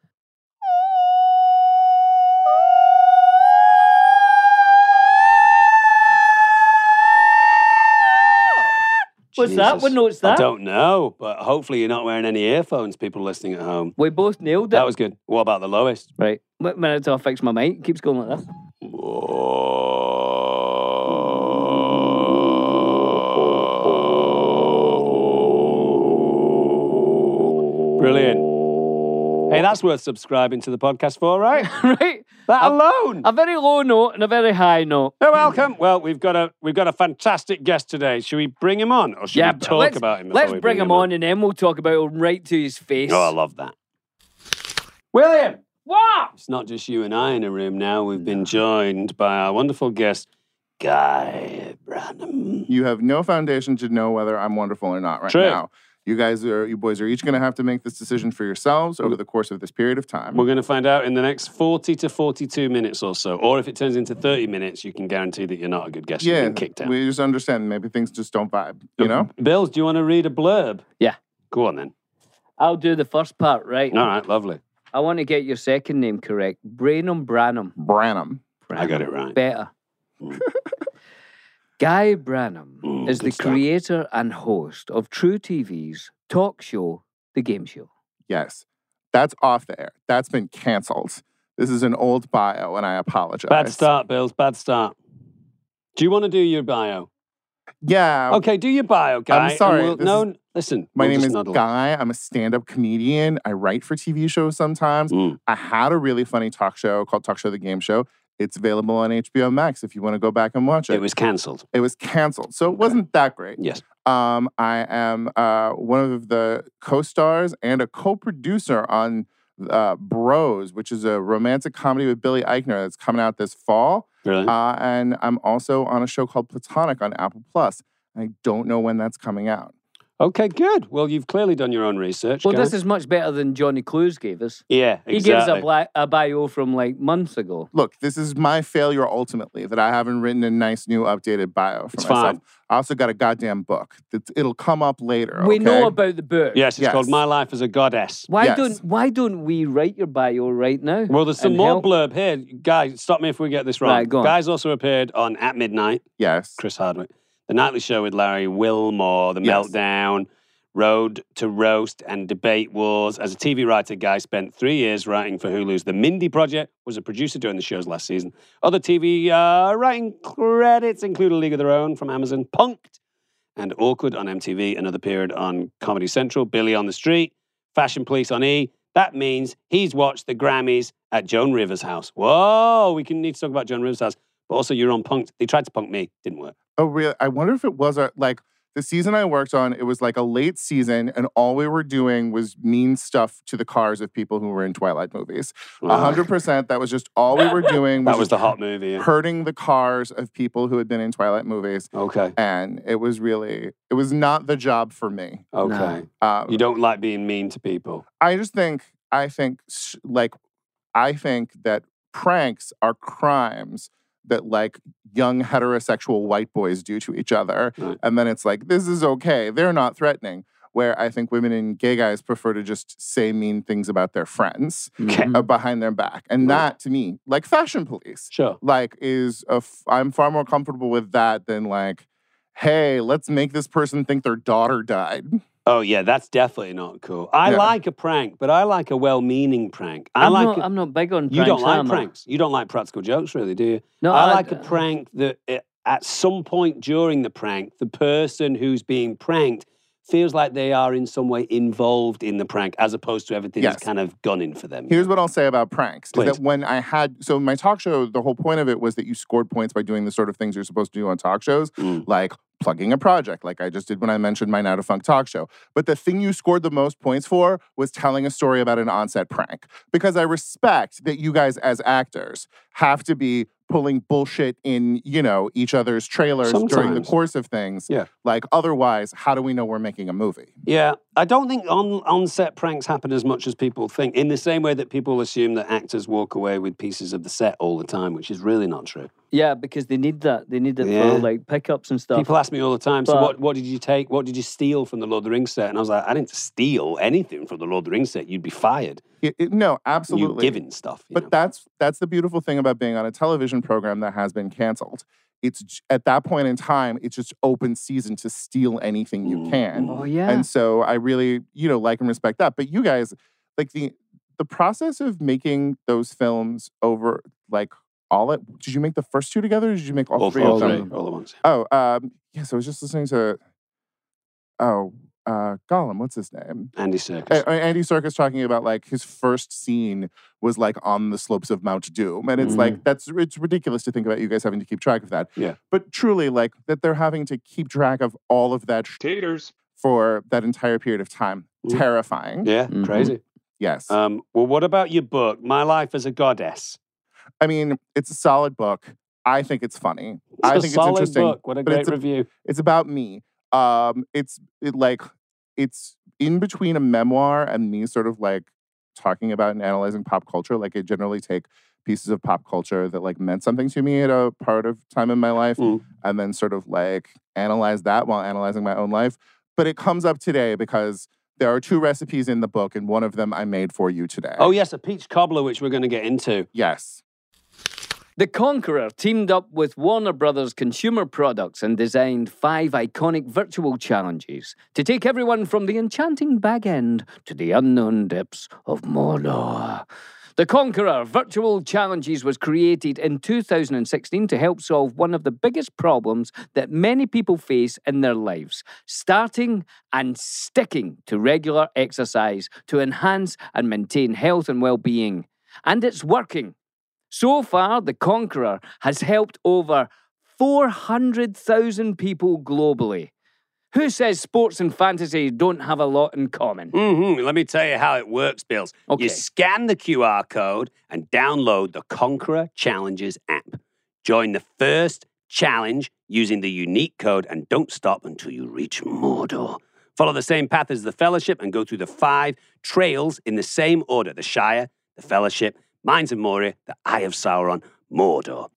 What's that?
Jesus.
What note's
I
that?
don't know, but hopefully you're not wearing any earphones, people listening at home.
We both nailed it.
That was good. What about the lowest?
right. Wait a minute till I fix my mic. It keeps going like that.
Brilliant. Hey, that's worth subscribing to the podcast for, right?
right.
That
I've-
alone.
A very low note and a very high note.
You're welcome. Well, we've got a we've got a fantastic guest today. Should we bring him on, or should we
but
talk
let's,
about him? before
Let's
we
bring, him on, and then we'll talk about him right to his face.
Oh, I love that. William,
What?
it's not just you and I in a room now. We've been joined by our wonderful guest, Guy Branham.
You have no foundation to know whether I'm wonderful or not right
True.
now. You guys are, you boys are each going to have to make this decision for yourselves over the course of this period of time.
We're going to find out in the next 40 to 42 minutes or so. Or if it turns into 30 minutes, you can guarantee that you're not a good guest. You've
yeah,
been kicked out.
we just understand maybe things just don't vibe, you know?
Bills, do you want to read a blurb?
Yeah.
Go on then.
I'll do the first part, right?
All right, lovely.
I want to get your second name correct. Branum Branham.
Branham.
I got it right.
Better. Guy Branham
Mm,
is the
Hmm. good stuff.
creator and host of True TV's talk show, The Game Show.
Yes. That's off the air. That's been canceled. This is an old bio, and I apologize.
Bad start, Bills. Bad start. Do you want to do your bio?
Yeah.
Okay, do your bio, guy. and
Um, sorry,
we'll-
this
no,
is-
n- listen.
My
we'll
name
just
is
noddle.
Guy. I'm a stand up comedian. I write for TV shows sometimes.
Mm.
I had a really funny talk show called Talk Show the Game Show. It's available on HBO Max if you want to go back and watch it.
It was cancelled.
It was canceled. So it wasn't that great.
Yes.
Um, I am uh, one of the co stars and a co producer on uh, Bros, which is a romantic comedy with Billy Eichner that's coming out this fall.
Really?
Uh, and I'm also on a show called Platonic on Apple Plus. I don't know when that's coming out.
Okay, good. Well, you've clearly done your own research.
Well, this
Gareth.
is much better than Johnny Clues gave us.
Yeah, exactly.
He gives a, bla- a bio from like months ago.
Look, this is my failure ultimately that I haven't written a nice new updated bio for
It's
myself.
fine.
I also got a goddamn book. It's- It'll come up later.
We know
okay?
about the book.
Yes, it's
Yes.
called My Life as a Goddess.
Why
Yes.
don't Why don't we write your bio right now?
Well, there's some
and
more
help-
blurb here. Guys, stop me if we get this wrong.
Right, go on.
Guys also appeared on At Midnight,
Yes.
Chris Hardwick, The Nightly Show with Larry Wilmore, The
Yes.
Meltdown, Road to Roast, and Debate Wars. As a TV writer, Guy spent three years writing for Hulu's The Mindy Project, was a producer during the shows last season. Other TV uh, writing credits include A League of Their Own from Amazon, Punked, and Awkward on MTV, another period on Comedy Central, Billy on the Street, Fashion Police on E. That means he's watched the Grammys at Joan Rivers' house. Whoa, we can need to talk about Joan Rivers' house. But also, you're on punked. They tried to punk me, didn't work.
Oh, really? I wonder if it was a, like the season I worked on. It was like a late season, and all we were doing was mean stuff to the cars of people who were in Twilight movies. A hundred percent. That was just all we were doing.
That was
just
the hot movie. yeah.
hurting the cars of people who had been in Twilight movies,
Okay,
and it was really it was not the job for me.
okay.
Um,
You don't like being mean to people.
I just think I think sh- like I think that pranks are crimes that like young heterosexual white boys do to each other
Right.
and then it's like this is okay they're not threatening where I think women and gay guys prefer to just say mean things about their friends
Okay.
uh, behind their back and
Right.
that to me like fashion police
Sure.
like is a f- I'm far more comfortable with that than like hey let's make this person think their daughter died
Oh yeah, that's definitely not cool. I
Yeah.
like a prank, but I like a well-meaning prank. I
I'm
like.
not,
a-
I'm not big on
you
pranks,
don't like
am I?
pranks. You don't like practical jokes, really, do you?
No,
I like a prank that uh, at some point during the prank, the person who's being pranked feels like they are in some way involved in the prank, as opposed to everything
Yes.
is kind of gunning for them.
Here's what I'll say about pranks is
Please.
that when I had so my talk show, the whole point of it was that you scored points by doing the sort of things you're supposed to do on talk shows,
Mm.
like plugging a project, like I just did when I mentioned my now defunct talk show. But the thing you scored the most points for was telling a story about an onset prank, because I respect that you guys as actors have to be pulling bullshit in you know each other's trailers during the
Sometimes.
course of things.
Yeah.
Like otherwise, how do we know we're making a movie?
Yeah, I don't think on on-set pranks happen as much as people think. In the same way that people assume that actors walk away with pieces of the set all the time, which is really not true.
Yeah, because they need that. They need it
Yeah.
for like pickups and stuff.
People ask me all the time, so
But-
what, what did you take? What did you steal from the Lord of the Rings set? And I was like, I didn't steal anything from the Lord of the Rings set. You'd be fired.
It- it- no, absolutely.
You're giving stuff. you
but
know.
that's that's the beautiful thing about being on a television program that has been canceled it's j- at that point in time it's just open season to steal anything you
Mm,
can
oh yeah.
and so i really you know like and respect that but you guys like the the process of making those films over like all at did you make the first two together or did you make all,
all
three
three, all
of them
three, all at once.
oh um yes i was just listening to oh uh gollum what's his name
Andy Serkis.
a- Andy Serkis talking about like his first scene was like on the slopes of Mount Doom, and it's like that's it's ridiculous to think about you guys having to keep track of that.
Yeah.
but truly, like that they're having to keep track of all of that sh-
Taters.
for that entire period of time.
Mm.
Terrifying.
yeah,
Mhm.
crazy.
Yes,
Um, well, what about your book, My Life as a Goddess?
I mean it's a solid book. I think it's funny. I
a
think it's
solid
interesting.
book. What a
but
great
it's a-
review.
It's about me. Um, it's it, like it's in between a memoir and me sort of like talking about and analyzing pop culture. Like I generally take pieces of pop culture that like meant something to me at a part of time in my life,
Mm.
and then sort of like analyze that while analyzing my own life. But it comes up today because there are two recipes in the book, and one of them I made for you today.
Oh, yes, a peach cobbler, which we're going to get into.
yes,
The Conqueror teamed up with Warner Brothers Consumer Products and designed five iconic virtual challenges to take everyone from the enchanting bag end to the unknown depths of Mordor. The Conqueror Virtual Challenges was created in 2016 to help solve one of the biggest problems that many people face in their lives starting and sticking to regular exercise to enhance and maintain health and well being. And it's working. So far, The Conqueror has helped over 400,000 people globally. Who says sports and fantasy don't have a lot in common?
Mm-hmm. Let me tell you how it works, Bills. You scan the QR code and download the Conqueror Challenges app. Join the first challenge using the unique code and don't stop until you reach Mordor. Follow the same path as the Fellowship and go through the five trails in the same order the Shire, the Fellowship, Mines of Moria, the Eye of Sauron, Mordor.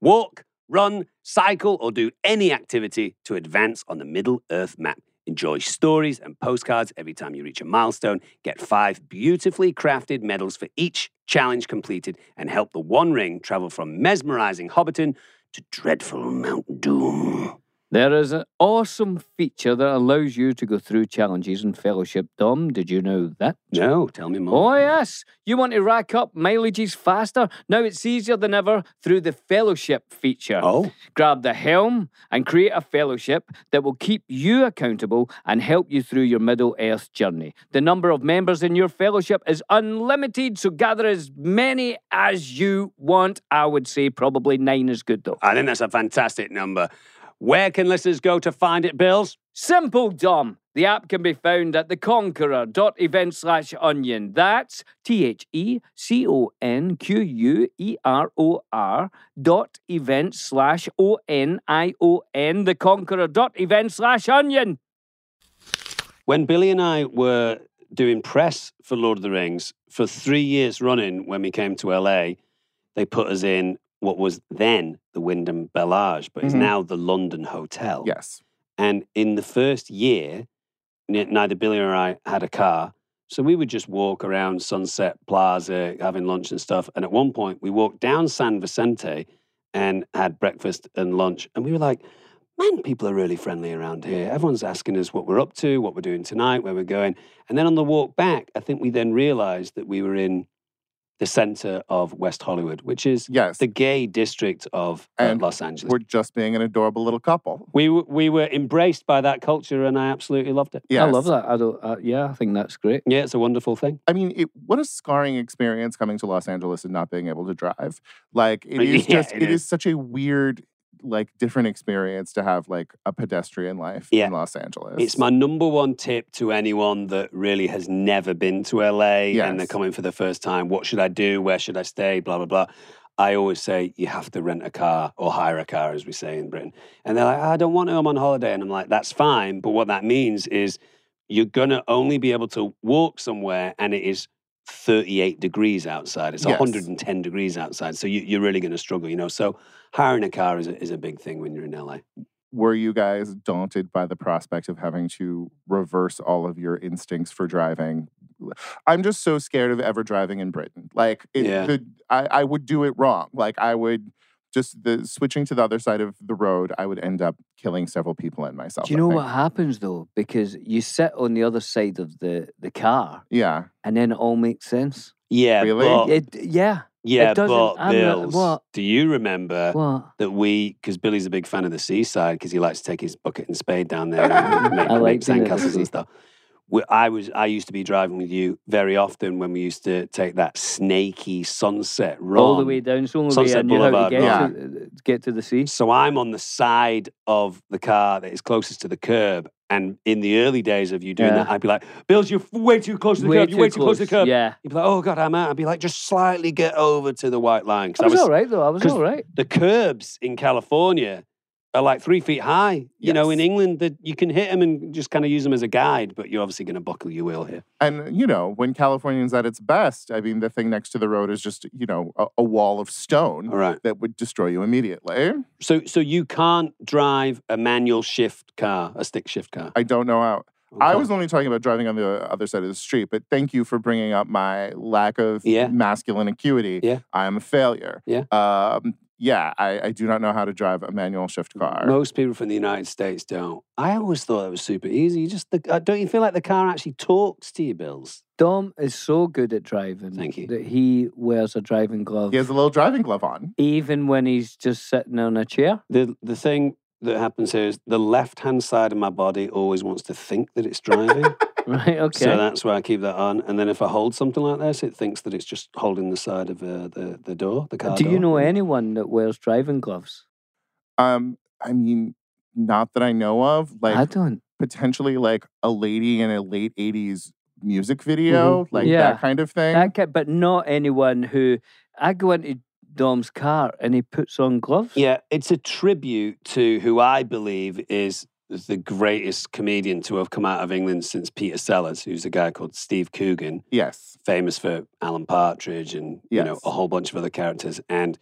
Walk, run, cycle, or do any activity to advance on the Middle Earth map. Enjoy stories and postcards every time you reach a milestone. Get five beautifully crafted medals for each challenge completed and help the One Ring travel from mesmerizing Hobbiton to dreadful Mount Doom.
There is an awesome feature that allows you to go through challenges in Fellowship Dom. Did you know that?
No, tell me more.
Oh, yes. You want to rack up mileages faster? Now it's easier than ever through the fellowship feature.
Oh.
Grab the helm and create a fellowship that will keep you accountable and help you through your Middle Earth journey. The number of members in your fellowship is unlimited, so gather as many as you want. I would say probably nine is good, though.
I think that's a fantastic number. Where can listeners go to find it, Bills?
Simple Dom. The app can be found at theconqueror.event slash onion. That's T H E C O N Q U E R O R dot event slash O N I O N, theconqueror.event slash onion.
When Billy and I were doing press for Lord of the Rings for three years running when we came to LA, they put us in what was then the Wyndham Bellage, but is
Mhm.
now the London Hotel.
Yes.
And in the first year, ne- neither Billy or I had a car. So we would just walk around Sunset Plaza, having lunch and stuff. And at one point, we walked down San Vicente and had breakfast and lunch. And we were like, man, people are really friendly around here. Everyone's asking us what we're up to, what we're doing tonight, where we're going. And then on the walk back, I think we then realized that we were in the center of West Hollywood, which is
Yes.
the gay district of uh,
And
Los Angeles.
We're just being an adorable little couple.
We w- we were embraced by that culture, and I absolutely loved it.
Yes.
I love that. I don't, uh, yeah, I think that's great.
Yeah, it's a wonderful thing.
I mean, it, what a scarring experience coming to Los Angeles and not being able to drive. Like, it is
Yeah,
just,
it
it
is.
is. such a weird, like, different experience to have, like, a pedestrian life
Yeah.
in Los Angeles.
It's my number one tip to anyone that really has never been to LA and they're
Yes.
coming for the first time. What should I do? Where should I stay? Blah blah blah. I always say you have to rent a car or hire a car, as we say in Britain. And they're like, I don't want to. I'm on holiday, and I'm like, that's fine. But what that means is you're gonna only be able to walk somewhere, and it is 38 degrees outside. It's
Yes.
110 degrees outside, so you, you're really gonna struggle, you know. So hiring a car is a, is a big thing when you're in LA.
Were you guys daunted by the prospect of having to reverse all of your instincts for driving? I'm just so scared of ever driving in Britain. Like, it,
Yeah.
the, I, I would do it wrong. Like, I would just the switching to the other side of the road, I would end up killing several people and myself.
Do you
I
know
think.
what happens though? Because you sit on the other side of the, the car
Yeah.
and then it all makes sense.
Yeah,
Really?
but-
It, yeah.
Yeah,
it doesn't,
but
I'm not-
Bills,
what?
do you remember
What?
that we, because Billy's a big fan of the seaside, because he likes to take his bucket and spade down there and make,
I
make
like being at the
sandcastles
sea.
and stuff. We, I was, I used to be driving with you very often when we used to take that snaky sunset run
All the way down. It's the only way I
Sunset
knew how to
Boulevard
get,
Road.
to, get to the sea.
So I'm on the side of the car that is closest to the curb. And in the early days of you doing
Yeah.
that, I'd be like, Bills, you're f- way too close to the
Way
curb. You're
too
way too close to the
close,
curb.
yeah.
You'd be like, oh God, I'm out. I'd be like, just slightly get over to the white line. 'cause
I was, all right though. I was
'cause
all right.
the curbs in California are like three feet high. You know, in
Yes.
England, that you can hit them and just kind of use them as a guide, but you're obviously going to buckle your wheel here.
And, you know, when California's at its best, I mean, the thing next to the road is just, you know, a, a wall of stone
All right.
that would destroy you immediately.
So, so you can't drive a manual shift car, a stick shift car.
I don't know how. I
Okay.
was only talking about driving on the other side of the street, but thank you for bringing up my lack of
Yeah.
masculine acuity.
Yeah.
I am a failure.
Yeah.
Um, yeah, I, I do not know how to drive a manual shift car.
Most people from the United States don't. I always thought it was super easy. You just the, uh, don't you feel like the car actually talks to you, Bills?
Dom is so good at driving
Thank you.
that he wears a driving glove
He has a little driving glove on.
even when he's just sitting on a chair.
The the thing that happens here is the left hand side of my body always wants to think that it's driving.
Right. Okay.
So that's why I keep that on. And then if I hold something like this, it thinks that it's just holding the side of uh, the the door, the car
Do you
door.
know anyone that wears driving gloves?
Um, I mean, not that I know of. Like
I don't.
potentially like a lady in a late '80s music video,
Mhm.
like
Yeah.
that kind of thing.
That ki- but not anyone who I go into Dom's car and he puts on gloves.
Yeah, it's a tribute to who I believe is the greatest comedian to have come out of England since Peter Sellers, who's a guy called Steve Coogan,
yes.
famous for Alan Partridge and you know
Yes.
a whole bunch of other characters. And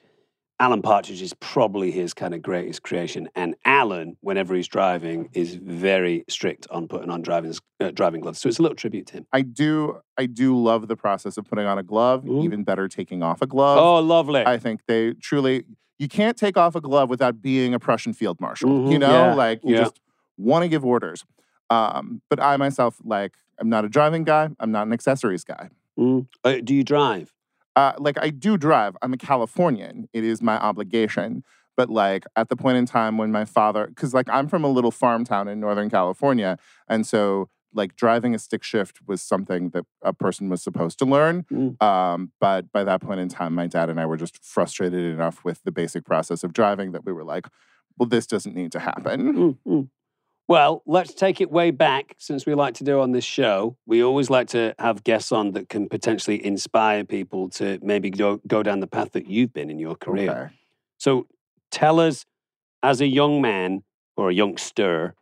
Alan Partridge is probably his kind of greatest creation. And Alan, whenever he's driving, is very strict on putting on driving s- uh, driving gloves. So it's a little tribute to him.
I do. I do love the process of putting on a glove. Even better, taking off a glove.
Oh, lovely!
I think they truly you can't take off a glove without being a Prussian field marshal.
Mhm.
You know,
Yeah.
like you
Yeah.
just want to give orders. Um, but I myself, like, I'm not a driving guy. I'm not an accessories guy.
Mm. Uh, do you drive?
Uh, like, I do drive. I'm a Californian. It is my obligation. But like at the point in time when my father, because like I'm from a little farm town in Northern California, and so like driving a stick shift was something that a person was supposed to learn.
Mm.
Um, but by that point in time, my dad and I were just frustrated enough with the basic process of driving that we were like, well, this doesn't need to happen.
Mm, mm. Well, let's take it way back since we like to do on this show. We always like to have guests on that can potentially inspire people to maybe go, go down the path that you've been in your career.
Okay.
So tell us, as a young man or a youngster,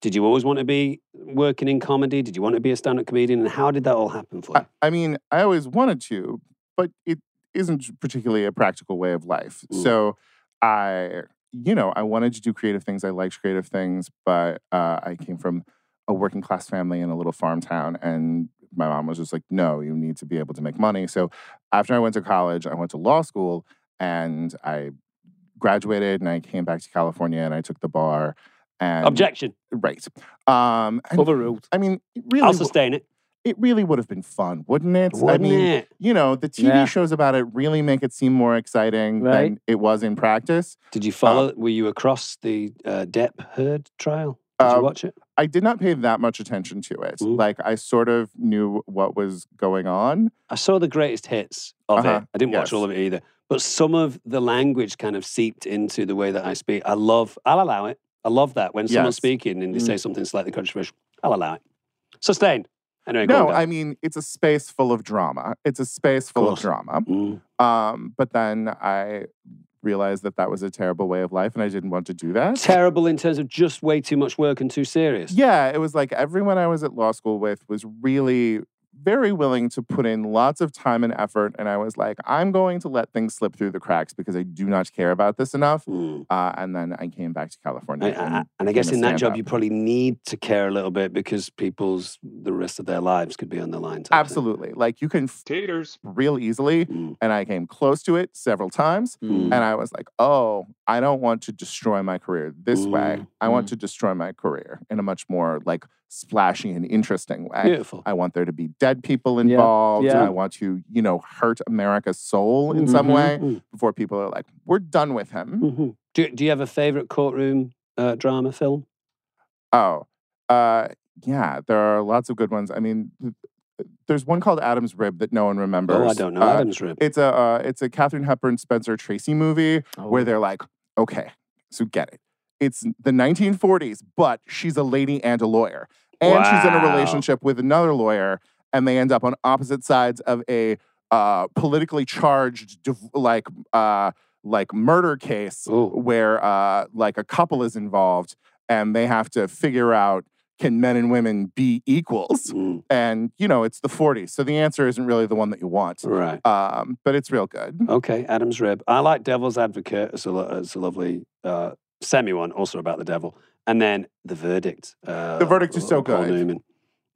did you always want to be working in comedy? Did you want to be a stand up comedian? And how did that all happen for you?
I, I mean, I always wanted to, but it isn't particularly a practical way of life.
Mm.
So I, you know, I wanted to do creative things. I liked creative things, but uh, I came from a working class family in a little farm town. And my mom was just like, no, you need to be able to make money. So after I went to college, I went to law school and I graduated and I came back to California and I took the bar. And
Objection.
Right. Um, and-
Overruled.
I mean, it really,
I'll
wa-
sustain it.
it really would have been fun, wouldn't it? I
Wouldn't
mean,
it?
you know, the TV
Yeah.
shows about it really make it seem more exciting
Right.
than it was in practice.
Did you follow? were you across the uh, Depp Heard trial? Did
Uh,
you watch it?
I did not pay that much attention to it.
Ooh.
Like, I sort of knew what was going on.
I saw the greatest hits of it.
Uh-huh,
I didn't watch
yes.
all of it either, but some of the language kind of seeped into the way that I speak. I love. I'll allow it. I love that when someone's
Yes.
speaking and they
Mm.
say something slightly controversial. I'll allow it. Sustained. Anyway, go on,
No,
go.
I mean, it's a space full of drama. It's a space full of
course.
drama.
Mm.
Um, but then I realized that that was a terrible way of life and I didn't want to do that.
terrible in terms of just way too much work and too serious.
Yeah, it was like everyone I was at law school with was really very willing to put in lots of time and effort. And I was like, I'm going to let things slip through the cracks because I do not care about this enough.
Mm.
Uh, and then I came back to California.
I- I- I-
and,
and I
became
guess
a
in that job,
stand-up.
you probably need to care a little bit because people's the rest of their lives could be on the line. type thing.
Absolutely. Like you can f-
Taters.
real easily.
Mm.
And I came close to it several times.
Mm.
And I was like, oh, I don't want to destroy my career this way.
Mm,
I want to destroy my career in a much more like splashy and interesting way.
Beautiful.
I want there to be dead people
Yeah,
involved.
yeah.
I want to, you know, hurt America's soul in some
Mhm,
way
mm,
before people are like, we're done with him.
mhm. Do, do you have a favorite courtroom uh, drama film?
Oh, uh, yeah, there are lots of good ones. I mean, th- uh, there's one called Adam's Rib that no one remembers.
Oh, I don't know.
Uh,
Adam's Rib.
It's a uh, it's a Katherine Hepburn Spencer Tracy movie where they're like, okay, so get it. It's the 1940s, but she's a lady and a lawyer, and she's in a
Wow.
relationship with another lawyer, and they end up on opposite sides of a uh, politically charged, div- like uh, like murder case
Ooh.
where uh, like a couple is involved, and they have to figure out can men and women be equals.
Mm,
And you know, it's the 40s, so the answer isn't really the one that you want.
right.
Um, but it's real good.
Okay, Adam's Rib. I like Devil's Advocate. It's a, lo- it's a lovely uh, semi one, also about the devil. And then The Verdict. Uh,
Verdict is so
Paul
good.
Newman.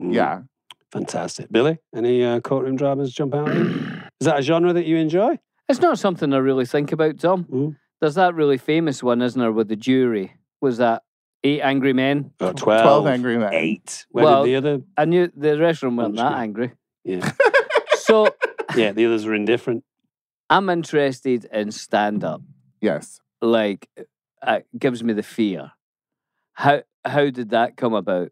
Mm,
Yeah.
Fantastic. Billy, any uh, courtroom dramas jump out at you? Is that a genre that you enjoy?
It's not something I really think about, Tom.
Mm.
There's that really famous one, isn't there, with the jury? Was that Eight Angry Men?
Uh, 12,
12 Angry Men.
Eight. Where
Well-
did the other?
I knew the rest of them weren't
Punch
that
me.
angry.
Yeah.
So
yeah, the others were indifferent.
I'm interested in stand up.
Yes.
Like, uh, it gives me the fear. How how did that come about?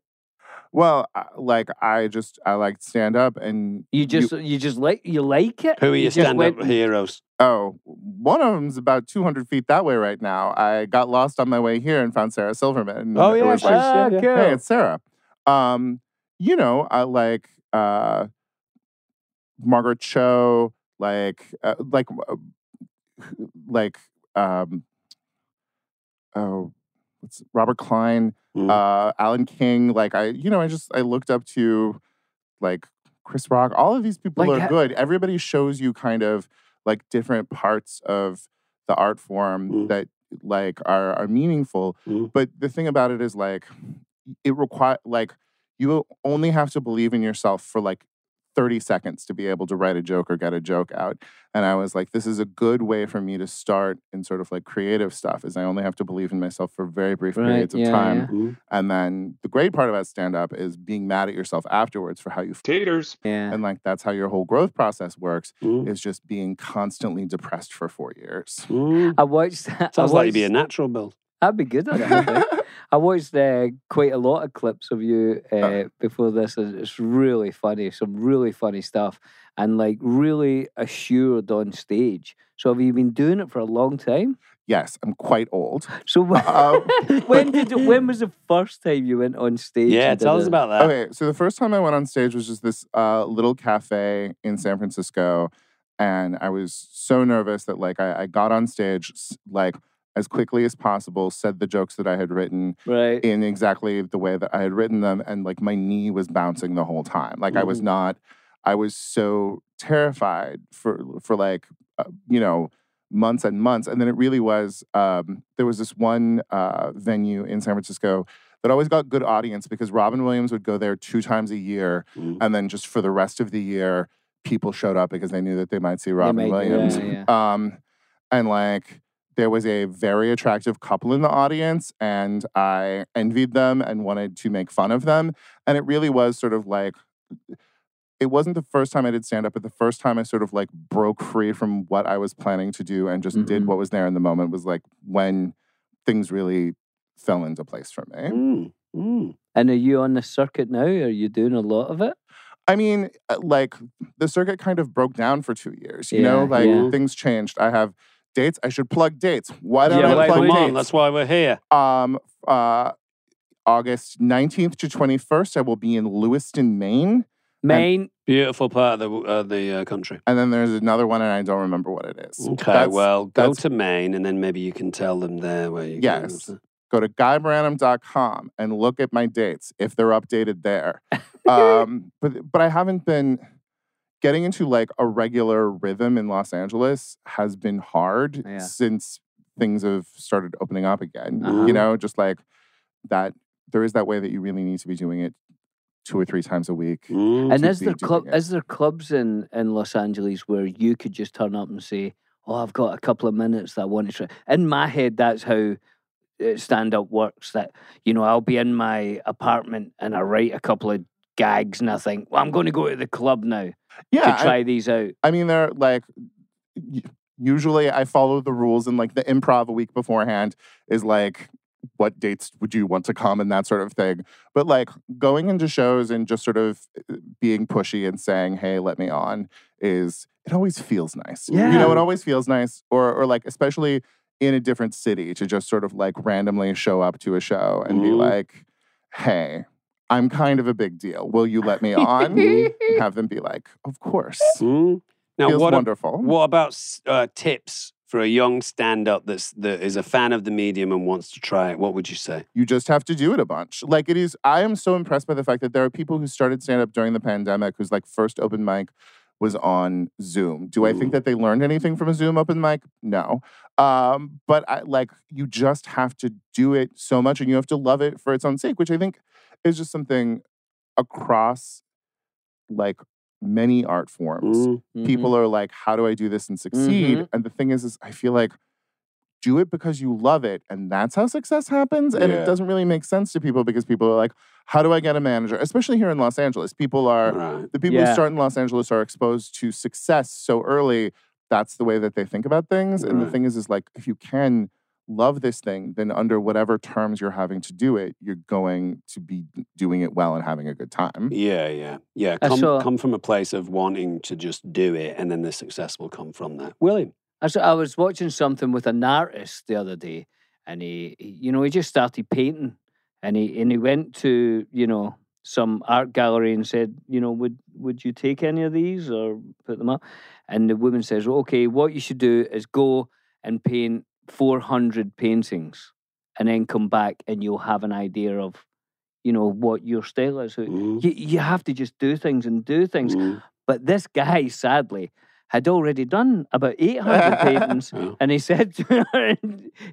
Well, I- like I just I liked stand up, and
You just you, just like you like it.
Who are your
just
stand
went-
up heroes?
Oh, one of them's about 200 feet that way right now. I got lost on my way here and found Sarah Silverman. and
Oh,
it
yeah,
was
she's-
Ah,
yeah, yeah.
cool.
hey, it's Sarah. Um, you know, I like uh, Margaret Cho, like uh, like uh, like um, oh, what's Robert Klein,
Mm.
uh, Alan King. Like I, you know, I just I looked up to like Chris Rock. All of these people
Like,
are
ha-
good. Everybody shows you kind of like different parts of the art form
Mm.
that like are are meaningful.
Mm.
But the thing about it is like it require like you only have to believe in yourself for like 30 seconds to be able to write a joke or get a joke out. And I was like, this is a good way for me to start in sort of like creative stuff is I only have to believe in myself for very brief
Right,
periods of
yeah,
time.
yeah.
Mm.
And then the great part about stand up is being mad at yourself afterwards for how you
Taters.
Yeah.
and like that's how your whole growth process works
Mm.
is just being constantly depressed for four years.
Mm.
I watched that.
Sounds
I
like you'd be a
watched-
natural, Bill.
I'd be good at it. I think. I watched uh, quite a lot of clips of you uh,
Oh.
before this. and It's really funny, some really funny stuff, and like really assured on stage. So have you been doing it for a long time?
yes, I'm quite old.
So when,
Um,
when did when was the first time you went on stage?
Uh, Yeah,
and did
tell us
it?
about that.
Okay, so the first time I went on stage was just this uh, little cafe in San Francisco, and I was so nervous that like I, I got on stage s- like as quickly as possible, said the jokes that I had written
Right.
in exactly the way that I had written them, and like my knee was bouncing the whole time. Like
Mm,
I was not, I was so terrified for for like uh, you know months and months, and then it really was. Um, there was this one uh, venue in San Francisco. That always got good audience because Robin Williams would go there two times a year
Mm-hmm.
Mm.
and then just for the rest of the year, people showed up because they knew that they might see Robin
might-
Williams.
yeah,
Um, and like there was a very attractive couple in the audience, and I envied them and wanted to make fun of them. And it really was sort of like it wasn't the first time I did stand up, but the first time I sort of like broke free from what I was planning to do and just did
Mhm.
what was there in the moment was like when things really fell into place for me.
Mm. Mm.
And are you on the circuit now? Are you doing a lot of it?
I mean, uh, like the circuit kind of broke down for two years. You know,
Yeah,
like
yeah.
things changed. I have dates. I should plug dates. Why don't
yeah,
I
wait,
plug
come on.
dates?
That's why we're here.
Um, uh, August nineteenth to twenty first, I will be in Lewiston, Maine,
Maine.
Beautiful part of the uh, the uh, country.
and then there's another one, and I don't remember what it is.
Okay,
That's-
well, go
that's-
to Maine, and then maybe you can tell them there where you. can-
Yes. Go to guybranum.com and look at my dates if they're updated there. um, but but I haven't been getting into like a regular rhythm in Los Angeles has been hard
Yeah.
since things have started opening up again.
Uh-huh.
You know, just like that there is that way that you really need to be doing it two or three times a week.
Mm.
And
to
is
be
there
doing
club
it.
is there clubs in, in Los Angeles where you could just turn up and say, "Oh, I've got a couple of minutes that I want to try." In my head, that's how stand up works. That you know, I'll be in my apartment and I write a couple of gags, and I think, "Well, I'm going to go to the club now
Yeah.
to
I-
try these out."
I mean, they're like y- usually I follow the rules and like the improv a week beforehand is like what dates would you want to come and that sort of thing. But like going into shows and just sort of uh, being pushy and saying, "Hey, let me on," is it always feels nice. You know,
Yeah.
it always feels nice or or like especially in a different city to just sort of like randomly show up to a show and be
Mhm.
like, "Hey, I'm kind of a big deal. Will you let me on?" and have them be like, "Of course."
Mm. Now,
Feels
what, ab-
wonderful.
what about s- uh, tips for a young stand up that's that is a fan of the medium and wants to try it? What would you say?
you just have to do it a bunch. Like it is, I am so impressed by the fact that there are people who started stand up during the pandemic whose like first open mic was on Zoom. Do I
Ooh.
think that they learned anything from a Zoom open mic? No. Um, but I like you just have to do it so much and you have to love it for its own sake, which I think is just something across like many art forms
Mm.
people are like how do i do this and succeed
Mhm.
and the thing is is i feel like do it because you love it and that's how success happens and
Yeah.
it doesn't really make sense to people because people are like how do i get a manager especially here in los angeles people are
Right.
the people
Yeah.
who start in los angeles are exposed to success so early that's the way that they think about things and the
Right.
thing is is like if you can love this thing, then under whatever terms you're having to do it, you're going to be doing it well and having a good time.
Yeah, yeah, yeah.
I
Uh,
Come,
saw-
come from a place of wanting to just do it, and then the success will come from that. William,
I was, I was watching something with an artist the other day, and he, he- you know, he just started painting, and he and he went to you know some art gallery and said, you know, would would you take any of these or put them up? And the woman says, well, okay, what you should do is go and paint four hundred paintings, and then come back, and you'll have an idea of, you know, what your style is. So
Mm,
You you have to just do things and do things. But this guy, sadly, had already done about 800 patents.
Oh.
And he said, to her-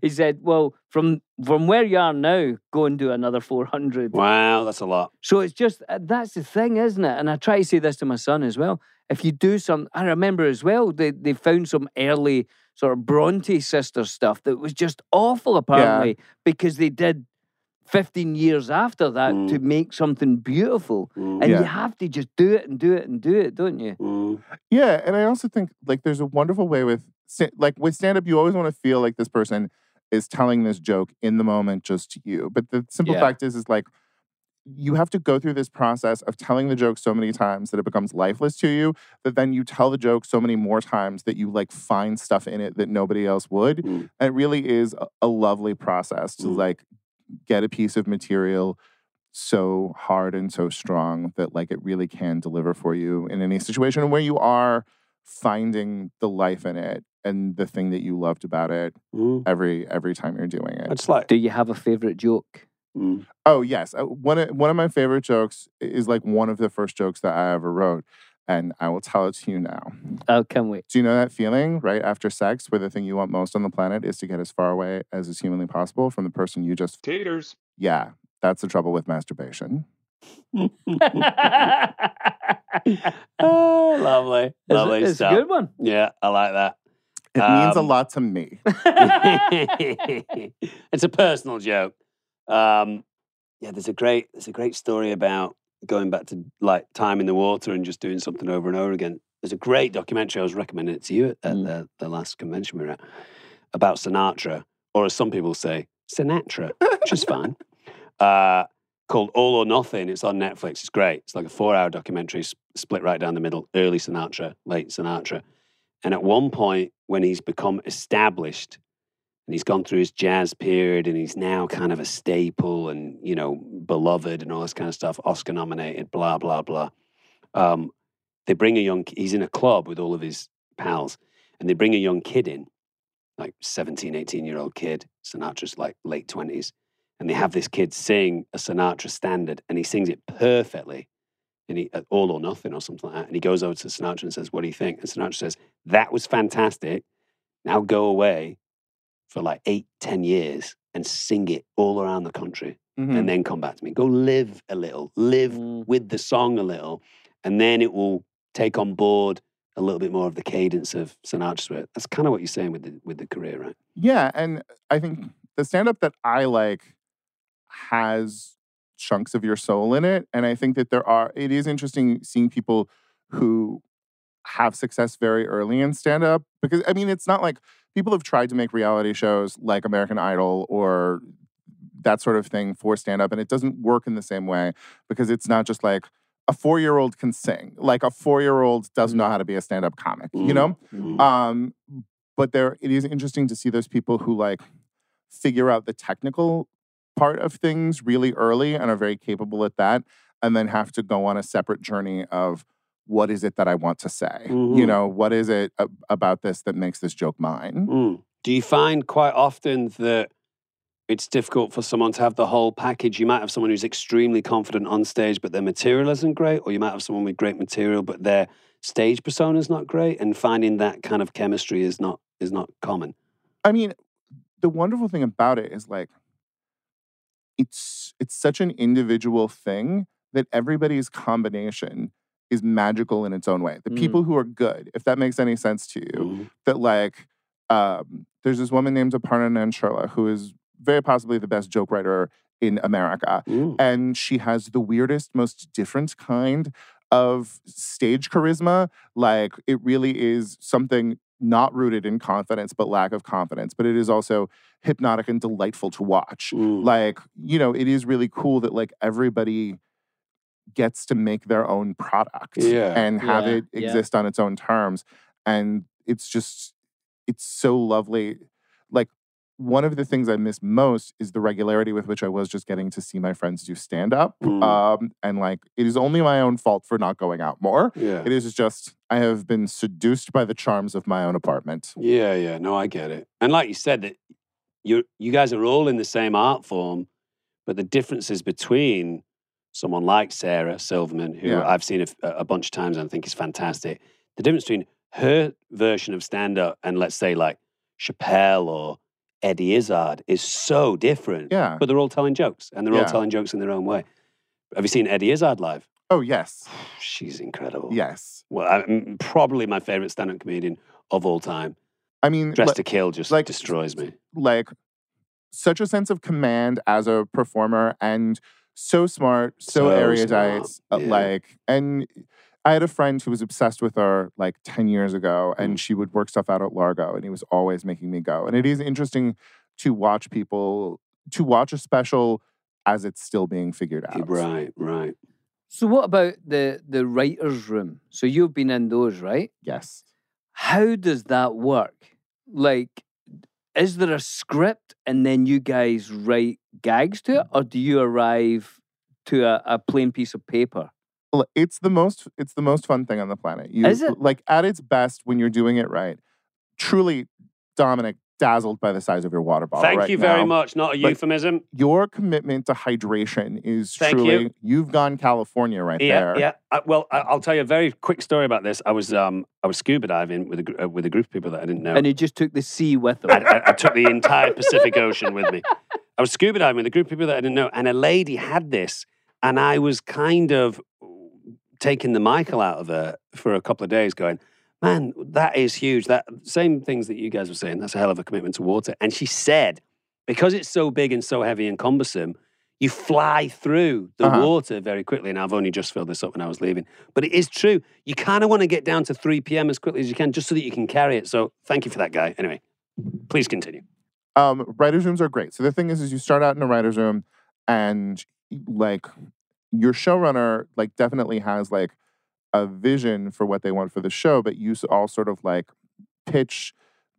he said, well, from from where you are now, go and do another 400.
wow, that's a lot.
So it's just, uh, that's the thing, isn't it? And I try to say this to my son as well. If you do some, I remember as well, they, they found some early sort of Bronte sister stuff that was just awful, apparently, because they did 15 years after that to make something beautiful.
Mm.
And
Yeah.
you have to just do it and do it and do it, don't you?
Mm,
Yeah, and I also think like there's a wonderful way with sta- like with stand up you always want to feel like this person is telling this joke in the moment just to you. But the simple
Yeah.
fact is is like you have to go through this process of telling the joke so many times that it becomes lifeless to you that then you tell the joke so many more times that you like find stuff in it that nobody else would. And it really is a, a lovely process to like get a piece of material so hard and so strong that like it really can deliver for you in any situation where you are finding the life in it and the thing that you loved about it every every time you're doing it.
mm. It's like mm.
Do you have a favorite joke?
Oh yes, Uh, one of, one of my favorite jokes is like one of the first jokes that I ever wrote, and I will tell it to you now.
Oh, can we?
Do you know that feeling right after sex, where the thing you want most on the planet is to get as far away as is humanly possible from the person you just
Taters.
yeah. That's the trouble with masturbation.
Oh, lovely, lovely
it's a
stuff.
good one.
Yeah, I like that.
It means a
Um,
lot to me.
it's a personal joke. Um, yeah, there's a great there's a great story about going back to like time in the water and just doing something over and over again. There's a great documentary I was recommending it to you at, at
Mm.
the, the last convention we were at about Sinatra, or as some people say, Sinatra, which is fine. Uh, called All or Nothing. It's on Netflix. It's great. It's like a four-hour documentary sp- split right down the middle. Early Sinatra, late Sinatra. And at one point, when he's become established and he's gone through his jazz period and he's now kind of a staple and, you know, beloved and all this kind of stuff, Oscar nominated, blah, blah, blah. Um, they bring a young, he's in a club with all of his pals and they bring a young kid in, like 17, 18 year old kid. Sinatra's like late 20s. And they have this kid sing a Sinatra standard and he sings it perfectly and he uh, all or nothing or something like that. And he goes over to Sinatra and says, "What do you think?" And Sinatra says, "That was fantastic. Now go away for like eight, ten years and sing it all around the country,
Mm-hmm.
and then come back to me. Go live a little, live
Mm.
with the song a little, and then it will take on board." A little bit more of the cadence of Sinatra's work. That's kind of what you're saying with the with the career, right?
Yeah, and I think the stand up that I like has chunks of your soul in it and I think that there are it is interesting seeing people who have success very early in stand up because I mean it's not like people have tried to make reality shows like American Idol or that sort of thing for stand up and it doesn't work in the same way because it's not just like a 4-year-old can sing like a 4-year-old doesn't know how to be a stand up comic you know
Mm-hmm.
um, but there, it is interesting to see those people who like figure out the technical part of things really early and are very capable at that, and then have to go on a separate journey of what is it that I want to say? You
Mhm.
know, what is it a- about this that makes this joke mine?
Mm. Do you find quite often that it's difficult for someone to have the whole package? You might have someone who's extremely confident on stage, but their material isn't great, or you might have someone with great material, but their stage persona is not great, and finding that kind of chemistry is not is not common.
I mean, the wonderful thing about it is like it's it's such an individual thing that everybody's combination is magical in its own way. The people who are good, if that makes any sense to you,
Mm-hmm.
that like um, there's this woman named Aparna Nancherla who is very possibly the best joke writer in America,
Mm.
and she has the weirdest, most different kind of stage charisma. Like it really is something not rooted in confidence, but lack of confidence. But it is also hypnotic and delightful to watch.
Mm.
Like, you know, it is really cool that like everybody gets to make their own product
Yeah.
Mm.
and have
Yeah,
it
yeah.
exist on its own terms. And it's just, it's so lovely. Like, one of the things I miss most is the regularity with which I was just getting to see my friends do stand up.
Mm.
Um, and like, it is only my own fault for not going out more.
Yeah.
It is just, I have been seduced by the charms of my own apartment.
Yeah, yeah. No, I get it. And like you said, that you you guys are all in the same art form, but the differences between someone like Sarah Silverman, who
Yeah.
I've seen a, f- a bunch of times and I think is fantastic, the difference between her version of stand up and let's say like Chappelle or Eddie Izzard is so different.
Yeah.
But they're all telling jokes and they're
Yeah.
all telling jokes in their own way. Have you seen Eddie Izzard live?
Oh, yes.
She's incredible.
Yes.
Well, I, m- probably my favorite stand up comedian of all time.
I mean,
Dress
like-
to Kill just
like-
destroys me.
like such a sense of command as a performer and so smart,
So
so, erudite. uh,
smart, yeah.
Like, and I had a friend who was obsessed with her like 10 years ago, and she would work stuff out at Largo, and he was always making me go. And it is interesting to watch people, to watch a special as it's still being figured out.
Right, right.
So what about the the writers' room? So you've been in those, right?
Yes.
How does that work? Like, is there a script and then you guys write gags
Mm.
to it, or do you arrive to a, a plain piece of paper?
L- It's the most it's the most fun thing on the planet. You,
Is it?
like at its best when you're doing it right? Truly, Dominic, dazzled by the size of your water bottle.
Thank
right
you very
now.
much. Not a
But-
euphemism.
your commitment to hydration is
Thank
truly
you.
you. have gone California right
yeah,
there.
yeah. I, well, I, I'll tell you a very quick story about this. I was um, I was scuba diving with a gr- uh, with a group of people that I didn't know.
And you just took the sea with them.
I, I, I took the entire Pacific Ocean with me. I was scuba diving with a group of people that I didn't know, and a lady had this, and I was kind of taking the Michael out of her for a couple of days, going, "Man, that is huge." That same things that you guys were saying. That's a hell of a commitment to water. And she said, because it's so big and so heavy and cumbersome, you fly through the
Uh-huh.
water very quickly. And I've only just filled this up when I was leaving, but it is true. You kind of want to get down to three p.m. as quickly as you can, just so that you can carry it. So thank you for that, guy. Anyway. Please continue.
Um, writers' rooms are great. So the thing is, is you start out in a writer's room and like your showrunner like definitely has like a vision for what they want for the show, but you s- all sort of like pitch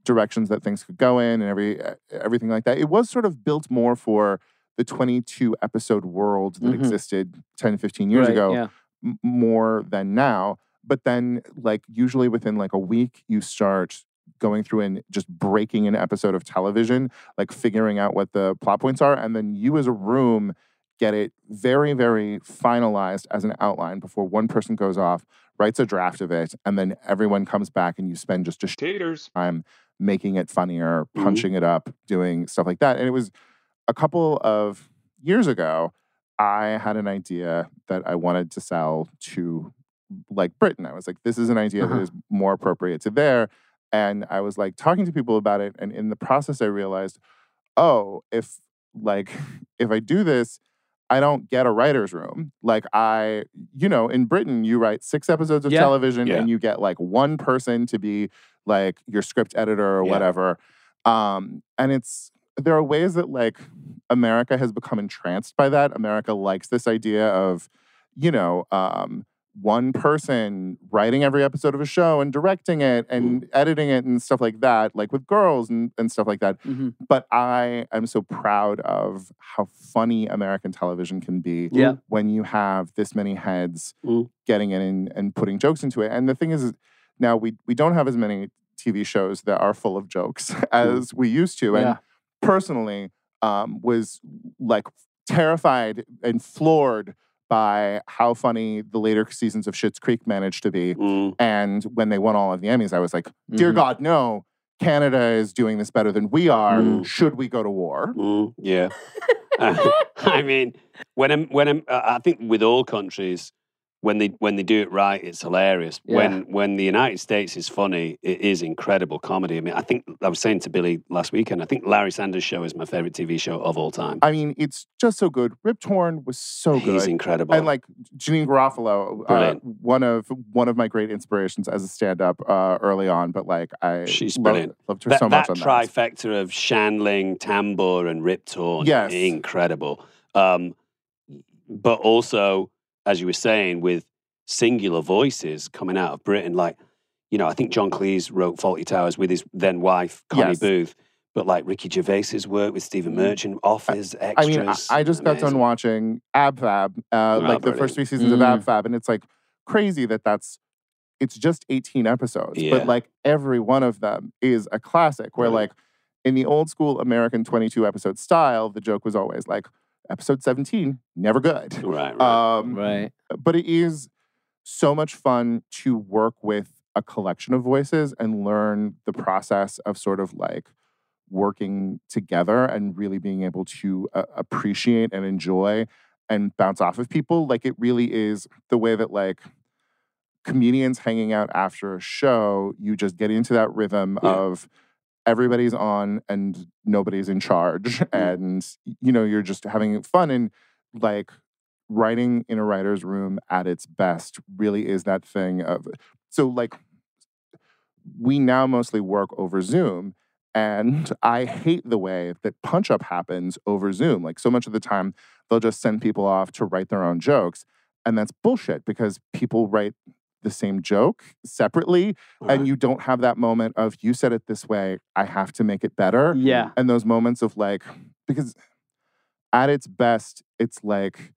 directions that things could go in and every e- everything like that. It was sort of built more for the 22 episode world that
Mhm.
existed 10 15 years
Right,
ago.
Yeah.
m- more than now. But then, like, usually within like a week, you start going through and just breaking an episode of television, like figuring out what the plot points are. And then you, as a room, get it very, very finalized as an outline before one person goes off, writes a draft of it, and then everyone comes back and you spend just a sh- time making it funnier, punching it up, doing stuff like that. And it was a couple of years ago, I had an idea that I wanted to sell to like Britain. I was like, this is an idea that
Uh-huh.
is more appropriate to there. And I was like talking to people about it. And in the process, I realized, oh, if like, if I do this, I don't get a writer's room. Like, I, you know, in Britain, you write six episodes of
Yeah.
television
Yeah.
and you get like one person to be like your script editor or
Yeah.
whatever. Um, and it's, there are ways that like America has become entranced by that. America likes this idea of, you know, um, one person writing every episode of a show and directing it
Mm.
and editing it and stuff like that, like with girls and, and stuff like that.
Mhm.
But I am so proud of how funny American television can be
Yeah.
when you have this many heads
Mm.
getting in and, and putting jokes into it. And the thing is, is now we we don't have as many TV shows that are full of jokes as we used to. And
Yeah.
personally, um, was like terrified and floored by how funny the later seasons of Schitt's Creek managed to be.
Mm.
And when they won all of the Emmys, I was like, dear
Mm-hmm.
Mhm.
God, no. Canada is doing this better than we
Mm-hmm.
are.
Mm.
Should we go to war?
Mm, yeah. I mean, when I'm, when I'm, uh, I think with all countries, when they when they do it right, it's hilarious.
Yeah.
When when the United States is funny, it is incredible comedy. I mean, I think I was saying to Billy last weekend, I think Larry Sanders' show is my favorite TV show of all time.
I mean, it's just so good. Rip Torn was so good.
He's incredible.
And like Janine Garofalo, uh,
Brilliant.
one of one of my great inspirations as a stand-up uh, early on. But like, I
She's
loved-
brilliant.
Loved her
that,
so much
that
on that.
trifecta of Shandling, Tambor, and Rip Torn,
Yes.
incredible. Um, but also, as you were saying, with singular voices coming out of Britain, like you know, I think John Cleese wrote Faulty Towers with his then wife Connie
Yes. Mm.
Booth, but like Ricky Gervais's work with Stephen Merchant, Offers,
I
extras.
mean, I, I just got done
amazing.
watching Ab Fab, uh, like the
brilliant.
first three seasons of Ab Fab, and it's like crazy that that's it's just 18 episodes,
Yeah.
but like every one of them is a classic. Where like in the old school American 22 episode style, the joke was always like episode 17 never good.
Right, right.
Um,
Mm-hmm. Right.
But it is so much fun to work with a collection of voices and learn the process of sort of like working together and really being able to uh, appreciate and enjoy and bounce off of people. Like it really is the way that like comedians hanging out after a show, you just get into that rhythm
Yeah.
of everybody's on and nobody's in charge and you know you're just having fun and like writing in a writer's room at its best really is that thing of so like we now mostly work over zoom and i hate the way that punch up happens over zoom like so much of the time they'll just send people off to write their own jokes and that's bullshit because people write the same joke separately and you don't have that moment of you said it this way i have to make it better
Yeah.
and those moments of like because at its best it's like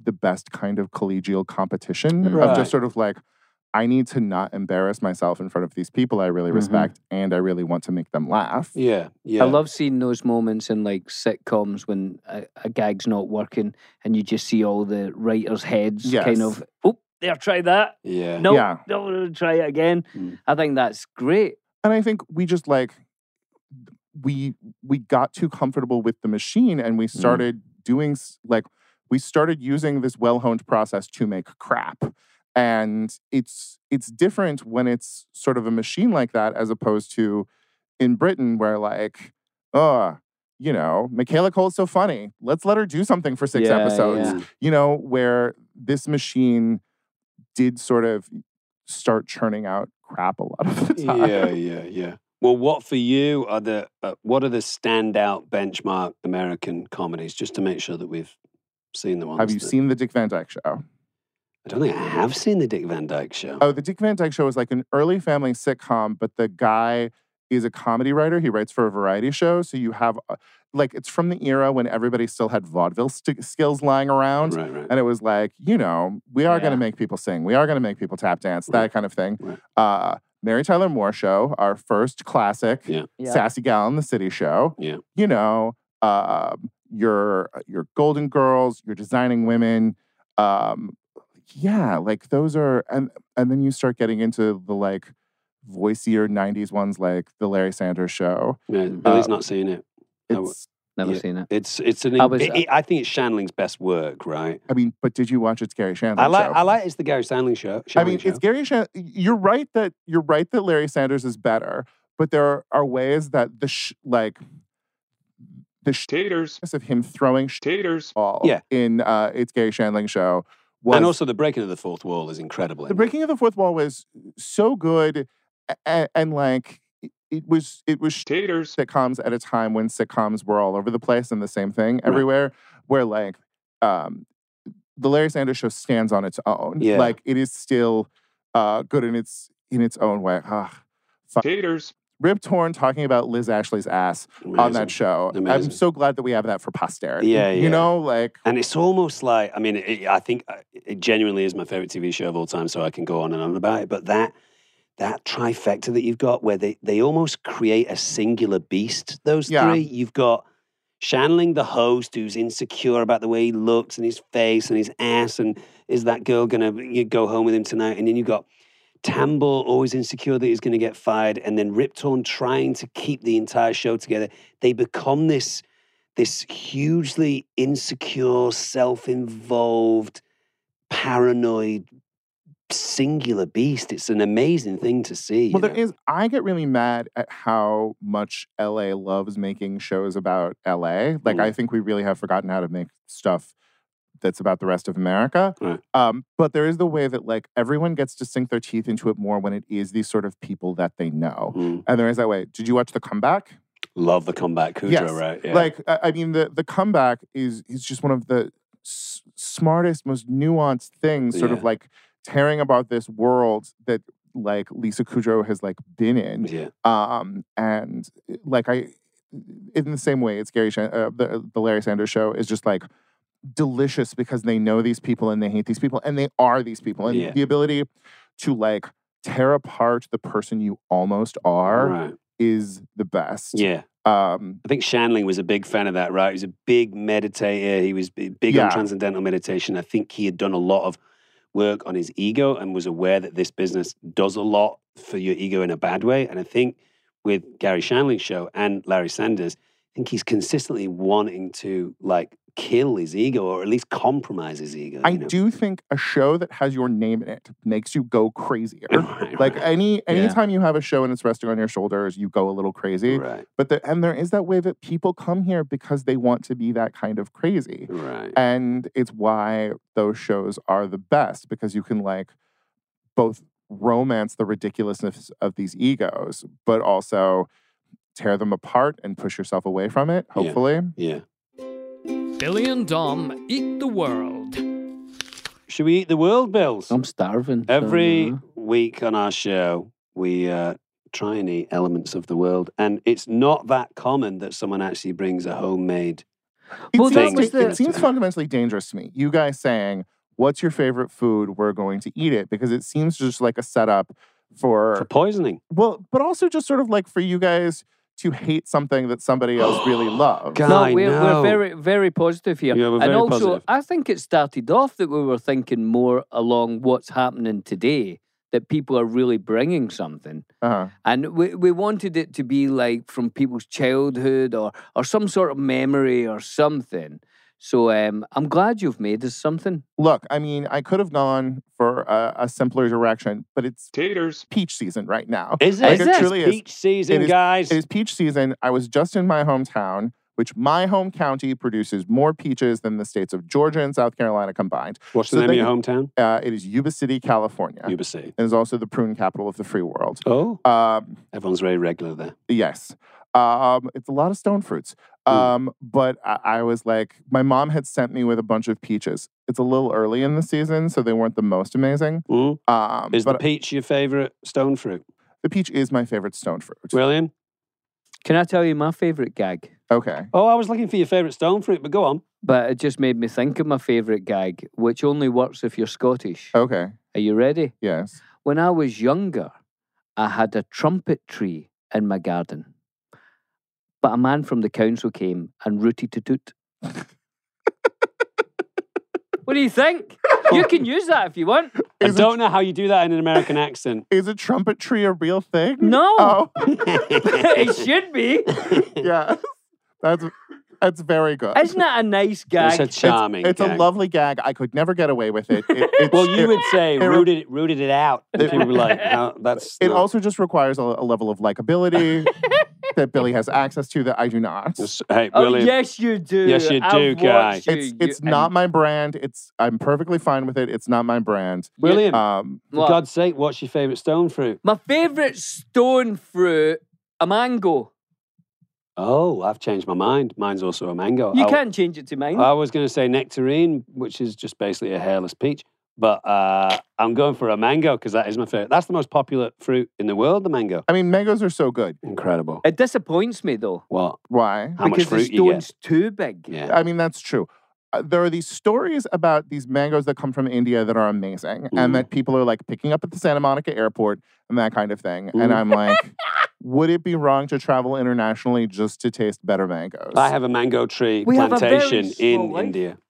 the best kind of collegial competition um, of
Right.
just sort of like i need to not embarrass myself in front of these people i really
Mhm.
respect and i really want to make them laugh
Yeah, yeah.
I love seeing those moments in like sitcoms when a, a gag's not working and you just see all the writers' heads
Yes.
kind of, oh, there, try that.
Yeah.
No,
Yeah.
no, no, try it again.
Mm.
I think that's great.
and i think we just like we we got too comfortable with the machine and we started doing s- like we started using this well-honed process to make crap and it's it's different when it's sort of a machine like that as opposed to in britain where like uh you know michaela cole's so funny let's let her do something for six
Yeah,
episodes
yeah.
you know where this machine did sort of start churning out crap a lot of the time
Yeah, yeah, yeah. Well, what for you are the uh, what are the standout benchmark American comedies? Just to make sure that we've seen the ones.
Have you
that-
seen the Dick Van Dyke Show?
I don't think I have seen the Dick Van Dyke Show.
Oh, the Dick Van Dyke Show is like an early family sitcom, but the guy is a comedy writer. He writes for a variety show, so you have uh, like it's from the era when everybody still had vaudeville st- skills lying around,
right, right.
and it was like you know we are going
Yeah.
to make people sing, we are going to make people tap dance, that
Right.
kind of thing.
Right.
Uh, Mary Tyler Moore Show, our first classic
Yeah.
sassy gal in the city show.
Yeah.
You know, um, your your Golden Girls, your Designing Women. Um, yeah, like those are, and and then you start getting into the like voicier '90s ones, like the Larry Sanders Show.
Yeah, Billy's
Uh,
not seen it. I w-
It's,
Never
Yeah.
seen it.
It's it's an.
I
I,
was-
I think it's Shandling's best work, right?
I mean, but did you watch it's Gary Shandling?
I like
Show?
I like it's the Gary Shandling show.
I
Shandling
mean,
show.
it's Gary Shan. You're right that you're right that Larry Sanders is better, but there are ways that the sh- like the sh-
Taters.
of him throwing sh-
Taters.
ball
Yeah.
in uh, it's Gary Shandling show was
and also the breaking of the fourth wall is incredible.
the
isn't it?
breaking of the fourth wall was so good and, and like it- it was it was sh-
Taters.
sitcoms at a time when sitcoms were all over the place and the same thing everywhere where like um the Larry Sanders show stands on its own
Yeah.
like it is still uh good in its in its own way ah
Taters.
Rip Torn talking about Liz Ashley's ass on
Amazing.
that show. I'm
Amazing.
so glad that we have that for posterity.
Yeah,
You
yeah.
know, like
And it's almost like, I mean, it, I think uh, it genuinely is my favorite TV show of all time, so I can go on and on about it. But that that trifecta that you've got, where they, they almost create a singular beast, those
Yeah.
three, you've got Shanling, the host, who's insecure about the way he looks and his face and his ass, and is that girl going to go home with him tonight? And then you've got Tambor always insecure that he's going to get fired, and then Rip Torn trying to keep the entire show together. They become this this hugely insecure, self-involved, paranoid singular beast. It's an amazing thing to see.
Well, there is. I get really mad at how much LA loves making shows about LA. Like,
Mm.
I think we really have forgotten how to make stuff that's about the rest of America.
Right.
Um, but there is the way that, like, everyone gets to sink their teeth into it more when it is these sort of people that they know.
Mm.
And there is that way. Did you watch The Comeback?
Love the comeback, Kudrow,
Yes.
right? Yeah.
Like, I I mean, the the comeback is is just one of the s- smartest, most nuanced things. Sort
Yeah.
of like tearing about this world that like Lisa Kudrow has like been in,
yeah.
um, and like I, in the same way, it's Gary Shan- uh, the the Larry Sanders Show is just like delicious because they know these people and they hate these people and they are these people and
Yeah.
the ability to like tear apart the person you almost are
Right.
is the best.
Yeah.
Um,
I think Shanling was a big fan of that, right? He was a big meditator. He was b- big
Yeah.
on transcendental meditation. I think he had done a lot of work on his ego and was aware that this business does a lot for your ego in a bad way. And I think with Gary Shanling's show and Larry Sanders, I think he's consistently wanting to like kill his ego or at least compromise his ego.
I
you know?
do think a show that has your name in it makes you go crazier.
Right,
like
right,
any
Yeah.
anytime you have a show and it's resting on your shoulders, you go a little crazy.
right,
But the, and there is that way that people come here because they want to be that kind of crazy.
right.
And it's why those shows are the best because you can like both romance the ridiculousness of these egos, but also tear them apart and push yourself away from it, hopefully.
Yeah.
Billy and Dom eat the world.
Should we eat the world, Bills?
I'm starving. so,
Every
you know.
week on our show, we uh, try and eat elements of the world, and it's not that common that someone actually brings a homemade.
It,
Well, that
seems,
was
it- it
the-
seems fundamentally dangerous to me. You guys saying, "What's your favorite food? We're going to eat it," because it seems just like a setup for,
for poisoning.
well, but also just sort of like for you guys to hate something that somebody else really loves.
God,
No,
I
we're, we're
know.
very, very positive here.
Yeah, we're
and
very
also,
positive.
I think it started off that we were thinking more along what's happening today, that people are really bringing something.
Uh-huh.
And we, we wanted it to be like from people's childhood or, or some sort of memory or something. So um, I'm glad you've made us something.
Look, I mean, I could have gone for a, a simpler direction, but it's
Taters.
peach season right now.
Is it?
Like,
Is
it
it?
truly is.
Peach season,
It is-
guys.
It is peach season. I was just in my hometown, which my home county produces more peaches than the states of Georgia and South Carolina combined.
What's the
So
name of
they-
your hometown?
Uh, it is Yuba City, California.
Yuba City.
and is also the prune capital of the free world.
Oh,
Um,
everyone's very regular there.
yes, um, it's a lot of stone fruits. Um, but I, I was like, my mom had sent me with a bunch of peaches. It's a little early in the season, so they weren't the most amazing.
Mm.
Um,
Is the
but
peach your favorite stone fruit,
the peach is my favorite stone fruit.
William?
Can I tell you my favourite gag?
okay,
Oh, I was looking for your favorite stone fruit, but go on.
But it just made me think of my favourite gag, which only works if you're Scottish.
okay,
Are you ready?
yes.
When I was younger, I had a trumpet tree in my garden. But a man from the council came and rooted to toot. what do you think? You can use that if you want.
I
Is it-
don't know how you do that in an American accent.
Is a trumpet tree a real thing?
No.
Oh,
it should be.
yeah. That's that's very good.
Isn't that a nice
It's a
gag?
charming.
It's a
gag.
lovely gag. I could never get away with it. it, it
Well, you
it-
would say
it-
rooted it, rooted it out. And
It-
people were like, "How- that's
It
not-
also just requires a, a level of likability that Billy has access to that I do not. It's
It's- Hey,
Oh,
William.
yes, you do.
Yes, you
I've
do,
watched
guy.
you.
it's,
You-
not
and-
my brand. It's I'm perfectly fine with it. It's not my brand.
William,
Um,
for
What?
God's sake, what's your favourite stone fruit?
My favourite stone fruit, a mango.
Oh, I've changed my mind. Mine's also a mango.
You
I-
can't change it to mine.
I was going to say nectarine, which is just basically a hairless peach, but uh, I'm going for a mango because that is my favourite. That's the most popular fruit in the world, the mango.
I mean, mangoes are so good.
Incredible.
it disappoints me though.
What?
Why?
How much
because
fruit
the
you get?
stone's too big.
Yeah.
I mean, that's true. Uh, there are these stories about these mangoes that come from India that are amazing,
Mm.
and that people are like picking up at the Santa Monica airport and that kind of thing.
Mm.
And I'm like, would it be wrong to travel internationally just to taste better mangoes?
I have a mango tree
We have a very
plantation
small
in
life.
India.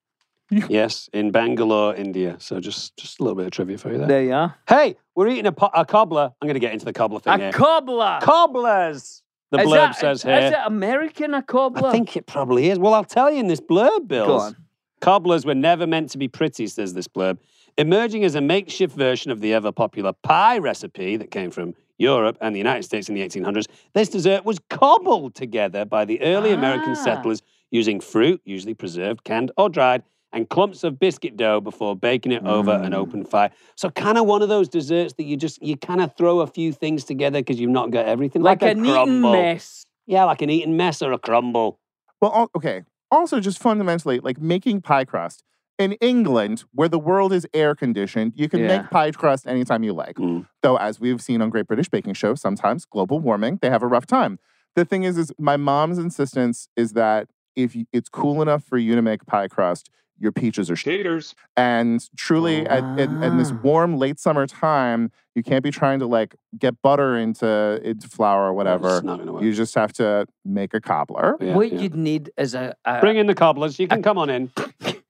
You-
Yes, in Bangalore, India. So just just a little bit of trivia for you there.
There you are.
Hey, we're eating a, po- a cobbler. I'm going to get into the cobbler thing
A
here.
cobbler.
Cobblers, the
Is
blurb
that-
says
is-
here.
Is it American a cobbler?
I think it probably is. Well, I'll tell you in this blurb, Bill.
Go on.
Cobblers were never meant to be pretty, says this blurb. emerging as a makeshift version of the ever popular pie recipe that came from Europe and the United States in the 1800s. This dessert was cobbled together by the early American
Ah.
settlers using fruit, usually preserved, canned, or dried, and clumps of biscuit dough before baking it over an
Mm.
open fire. So kind of one of those desserts that you just you kind of throw a few things together because you've not got everything. Like, a
an eaten
crumble.
mess.
Yeah, like an eaten mess or a crumble.
Well, al- okay. Also, just fundamentally, like making pie crust in England, where the world is air conditioned, you can
Yeah.
make pie crust anytime you like.
Mm.
Though, as we've seen on Great British Baking Show, sometimes global warming, they have a rough time. The thing is, is my mom's insistence is that if you, it's cool enough for you to make pie crust, your peaches are shaders. And truly, at, at, at
Ah.
this warm late summer time, you can't be trying to like get butter into into flour or whatever.
not gonna work.
You just have to make a cobbler.
what you'd need is a, a
Bring in the cobblers. You can come on in.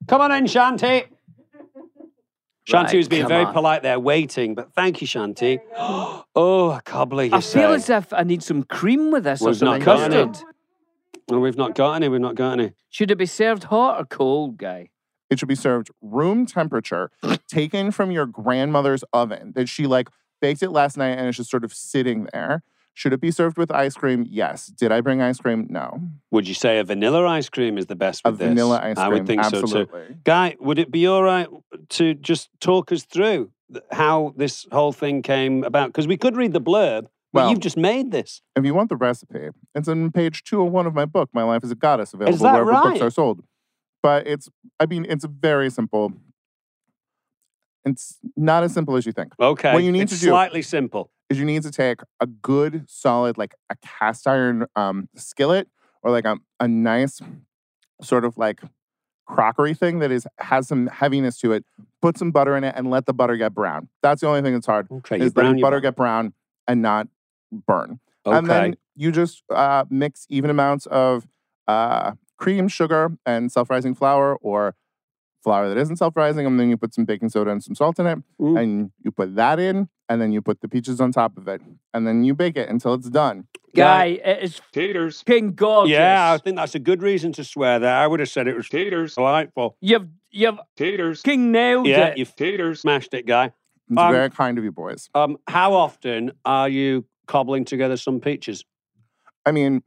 Come on in, Shanti. Shanti
Right,
was being
come
very
on.
polite there, waiting, but thank you, Shanti. oh, a cobbler, you
I
say.
feel as if I need some cream with this or
We've
some
not got any.
custard.
No, we've not got any. We've not got any.
Should it be served hot or cold, guy?
It should be served room temperature, taken from your grandmother's oven that she like baked it last night and it's just sort of sitting there. Should it be served with ice cream? Yes. Did I bring ice cream? No.
Would you say a vanilla ice cream is the best
A
with this?
vanilla ice
I would
cream,
think so too.
absolutely.
Guy, would it be all right to just talk us through th- how this whole thing came about? Because we could read the blurb, but
Well,
you've just made this.
If you want the recipe, it's on page 201 of my book, My Life as a Goddess, available
that
wherever books
right?
are sold. But it's, I mean, it's very simple. It's not as simple as you think.
Okay.
What you need
it's
to do-
slightly simple.
is you need to take a good solid like a cast iron um skillet or like a, a nice sort of like crockery thing that is has some heaviness to it put some butter in it and let the butter get brown that's the only thing that's hard
Okay, you
is letting
brown your
butter
bu-
get brown and not burn and then
Okay.
you just uh, mix even amounts of uh, cream sugar and self-rising flour or flour that isn't self-rising and then you put some baking soda and some salt in it and you put that in and then you put the peaches on top of it and then you bake it until it's done
Guy, it is
Taters.
fucking gorgeous.
Yeah, I think that's a good reason to swear there. I would have said it was taters. Delightful.
You've you've
Taters.
king nailed
Yeah,
it.
you've taters. Smashed it, guy.
it's
Um,
very kind of you boys
Um, how often are you cobbling together some peaches?
i mean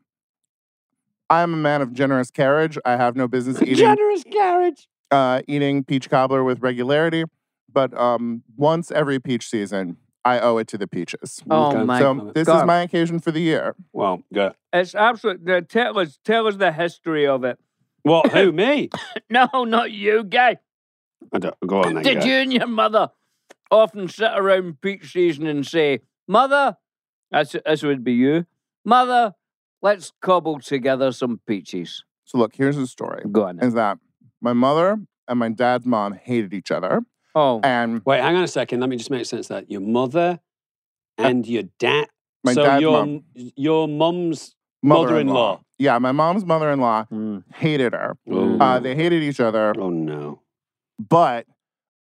i'm a man of generous carriage i have no business eating
Generous carriage.
uh, eating peach cobbler with regularity, but um, once every peach season, I owe it to the peaches.
Oh Okay. my
so this is
God.
my occasion for the year.
Well, good.
It's absolute. the- Tell us, tell us the history of it.
What? Who? Me?
No, not you, guy.
I don't, go on then.
Did
guy.
you and your mother often sit around peach season and say, "Mother, this, this would be you, mother, let's cobble together some peaches."
So look, here's the story:
Go on. then.
is that my mother and my dad's mom hated each other,
Oh,
and
Wait, hang on a second. Let me just make sense of that. Your mother and your dad.
Uh, My
so
dad's
your
mom.
your mum's
mother-in-law.
mother-in-law.
Yeah, my mom's mother-in-law
mm.
hated her.
Oh,
Uh, they hated each other,
oh no.
but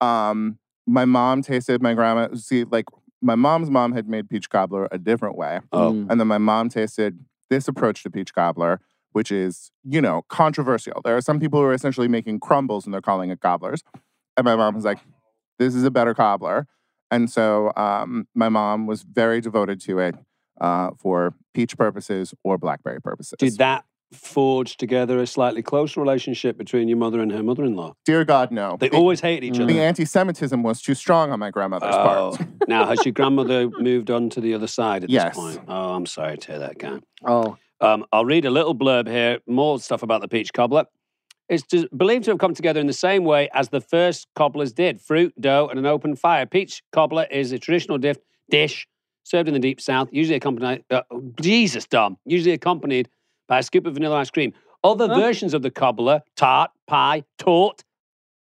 um, my mom tasted my grandma. See, like my mom's mom had made peach cobbler a different way.
Oh.
Mm.
And then my mom tasted this approach to peach cobbler, which is, you know, controversial. There are some people who are essentially making crumbles and they're calling it cobblers. And my mom was like, this is a better cobbler. And so um, my mom was very devoted to it uh, for peach purposes or blackberry purposes.
Did that forge together a slightly closer relationship between your mother and her mother-in-law?
Dear God, no.
They
the,
always hated
Mm.
each other.
the anti-Semitism was too strong on my grandmother's
Oh.
part.
now, has your grandmother moved on to the other side at
Yes.
this point? Oh, I'm sorry to hear that, guy.
oh,
Um, I'll read a little blurb here, more stuff about the peach cobbler. It's des- believed to have come together in the same way as the first cobblers did fruit, dough, and an open fire. Peach cobbler is a traditional dif- dish served in the deep south, usually accompanied, uh, Jesus, Dom, usually accompanied by a scoop of vanilla ice cream. Other
Huh?
versions of the cobbler, tart, pie, tort,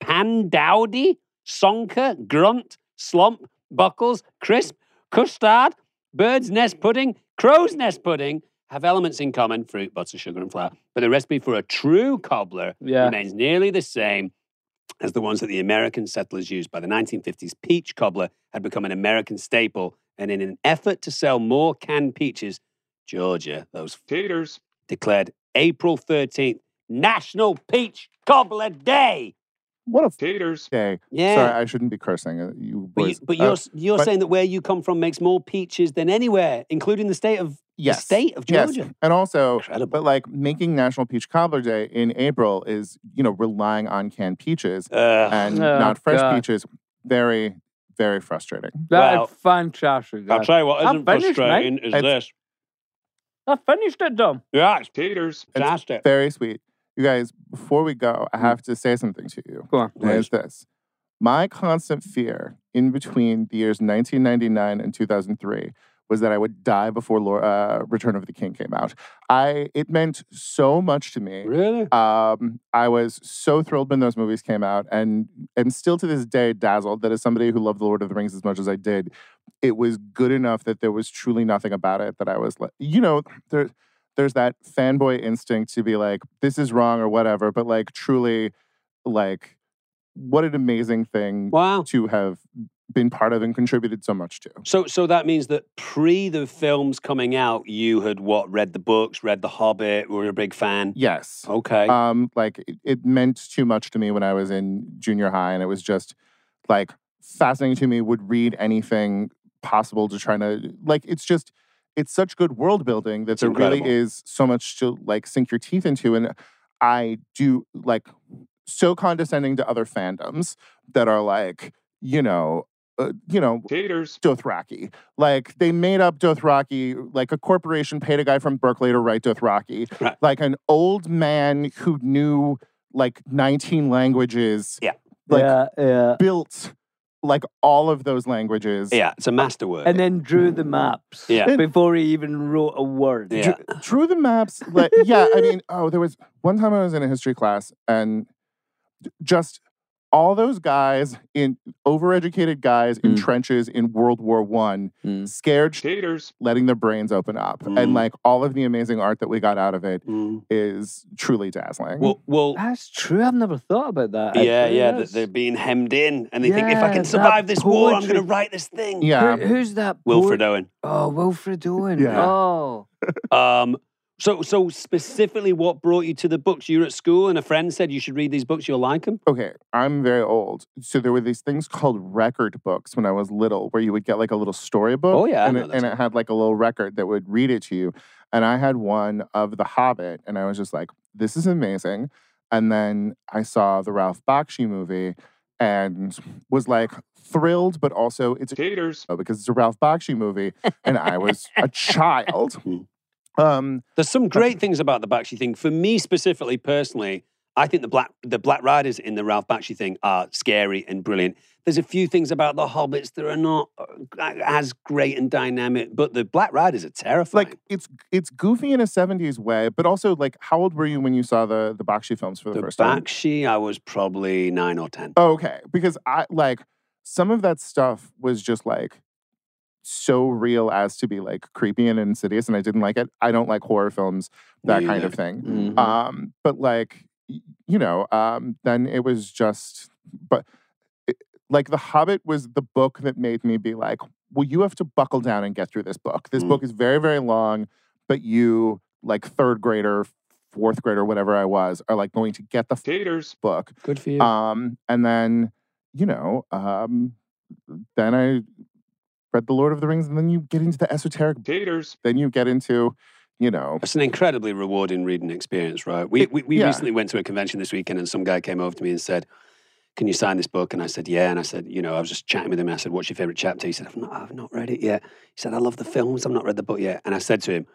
pandowdy, sonka, grunt, slump, buckles, crisp, custard, bird's nest pudding, crow's nest pudding, have elements in common fruit, butter, sugar, and flour. But the recipe for a true cobbler
Yeah.
remains nearly the same as the ones that the American settlers used. By the 1950s, peach cobbler had become an American staple. And in an effort to sell more canned peaches, Georgia, those taters, declared April 13th National Peach Cobbler Day.
What a
Taters.
day.
Yeah.
Sorry, I shouldn't be cursing. uh, You
But,
boys.
you, but you're,
Uh,
s- you're
but-
saying that where you come from makes more peaches than anywhere, including the state of the
Yes.
state of
Yes.
Georgia.
And also, but like making National Peach Cobbler Day in April is, you know, relying on canned peaches and
Oh,
not fresh
God.
peaches. Very, very frustrating.
That is fantastic.
I'll
that.
tell you what
I'm
isn't
finished,
frustrating
mate.
is It's- this.
I finished it, Dom.
Yeah, it's Peters.
It's Very sweet. You guys, before we go, I have to say something to you.
Go on.
And it's this. My constant fear in between the years 1999 and 2003 was that I would die before Lor- uh, Return of the King came out. I it meant so much to me.
Really?
Um, I was so thrilled when those movies came out, and am still to this day dazzled that as somebody who loved the Lord of the Rings as much as I did, it was good enough that there was truly nothing about it that I was like, you know, there, there's that fanboy instinct to be like, this is wrong or whatever, but like truly, like, what an amazing thing to have been part of and contributed so much to.
So, so that means that pre the films coming out, you had what? Read the books, read The Hobbit, were a big fan.
Yes.
Okay.
Um, like it, it meant too much to me when I was in junior high, and it was just like fascinating to me. Would read anything possible to try to like. It's just it's such good world building that there
incredible.
really is so much to like sink your teeth into, and I do like so condescending to other fandoms that are like you know. Uh, you know,
Taters.
Dothraki. Like they made up Dothraki. Like a corporation paid a guy from Berkeley to write Dothraki
Right.
like an old man who knew like 19 languages.
Yeah.
Like
Yeah,
built like all of those languages.
Yeah, it's a masterwork.
And then drew the maps
Yeah. And-
before he even wrote a word.
Dr- drew the maps. Like, yeah, I mean, oh, there was one time I was in a history class and j- just all those guys in overeducated guys
Mm.
in trenches in World War One, scared
Taters.
letting their brains open up,
Mm.
and like all of the amazing art that we got out of it is
Mm.
truly dazzling.
Well, well,
That's true. I've never thought about that.
yeah,
actually.
yeah.
That's-
That they're being hemmed in, and they think if
Yeah,
I can
that
survive this war, I'm going to
poetry.
write this thing.
Um,
Who- who's that?
Wilfred Owen.
Oh, Wilfred Owen.
Yeah.
Oh.
Um, so, so specifically, what brought you to the books? You were at school, and a friend said you should read these books. You'll like them.
okay, I'm very old. So there were these things called record books when I was little, where you would get like a little storybook.
Oh, yeah, I
and,
know
it,
those.
and it had like a little record that would read it to you. And I had one of The Hobbit, and I was just like, "This is amazing." And then I saw the Ralph Bakshi movie, and was like thrilled, but also it's
Taters.
because it's a Ralph Bakshi movie, and I was a child.
Hmm.
Um,
There's some great things about the Bakshi thing. For me specifically, personally, I think the black the black riders in the Ralph Bakshi thing are scary and brilliant. There's a few things about the hobbits that are not uh, as great and dynamic, but the black riders are terrifying.
Like it's it's goofy in a '70s way, but also like, how old were you when you saw the the Bakshi films for the,
the
first time?
Bakshi, I was probably nine or ten.
Oh, okay. Because I like some of that stuff was just like so real as to be like creepy and insidious, and I didn't like it. I don't like horror films, that
Me
kind of
either.
thing.
Mhm.
Um, but like, y- you know, um, then it was just, but it, like, The Hobbit was the book that made me be like, well, you have to buckle down and get through this book. This book is very, very long, but you, like, third grader, fourth grader, whatever I was, are like going to get the
Taters.
book.
Good for you.
Um, and then, you know, um, then I read The Lord of the Rings, and then you get into the esoteric.
Taters.
Then you get into, you know,
It's an incredibly rewarding reading experience, right? We, we, we
yeah.
recently went to a convention this weekend and some guy came over to me and said, Can you sign this book? And I said, Yeah. And I said, You know, I was just chatting with him. I said, What's your favorite chapter? He said, I've not, I've not read it yet. He said, I love the films. I've not read the book yet. And I said to him,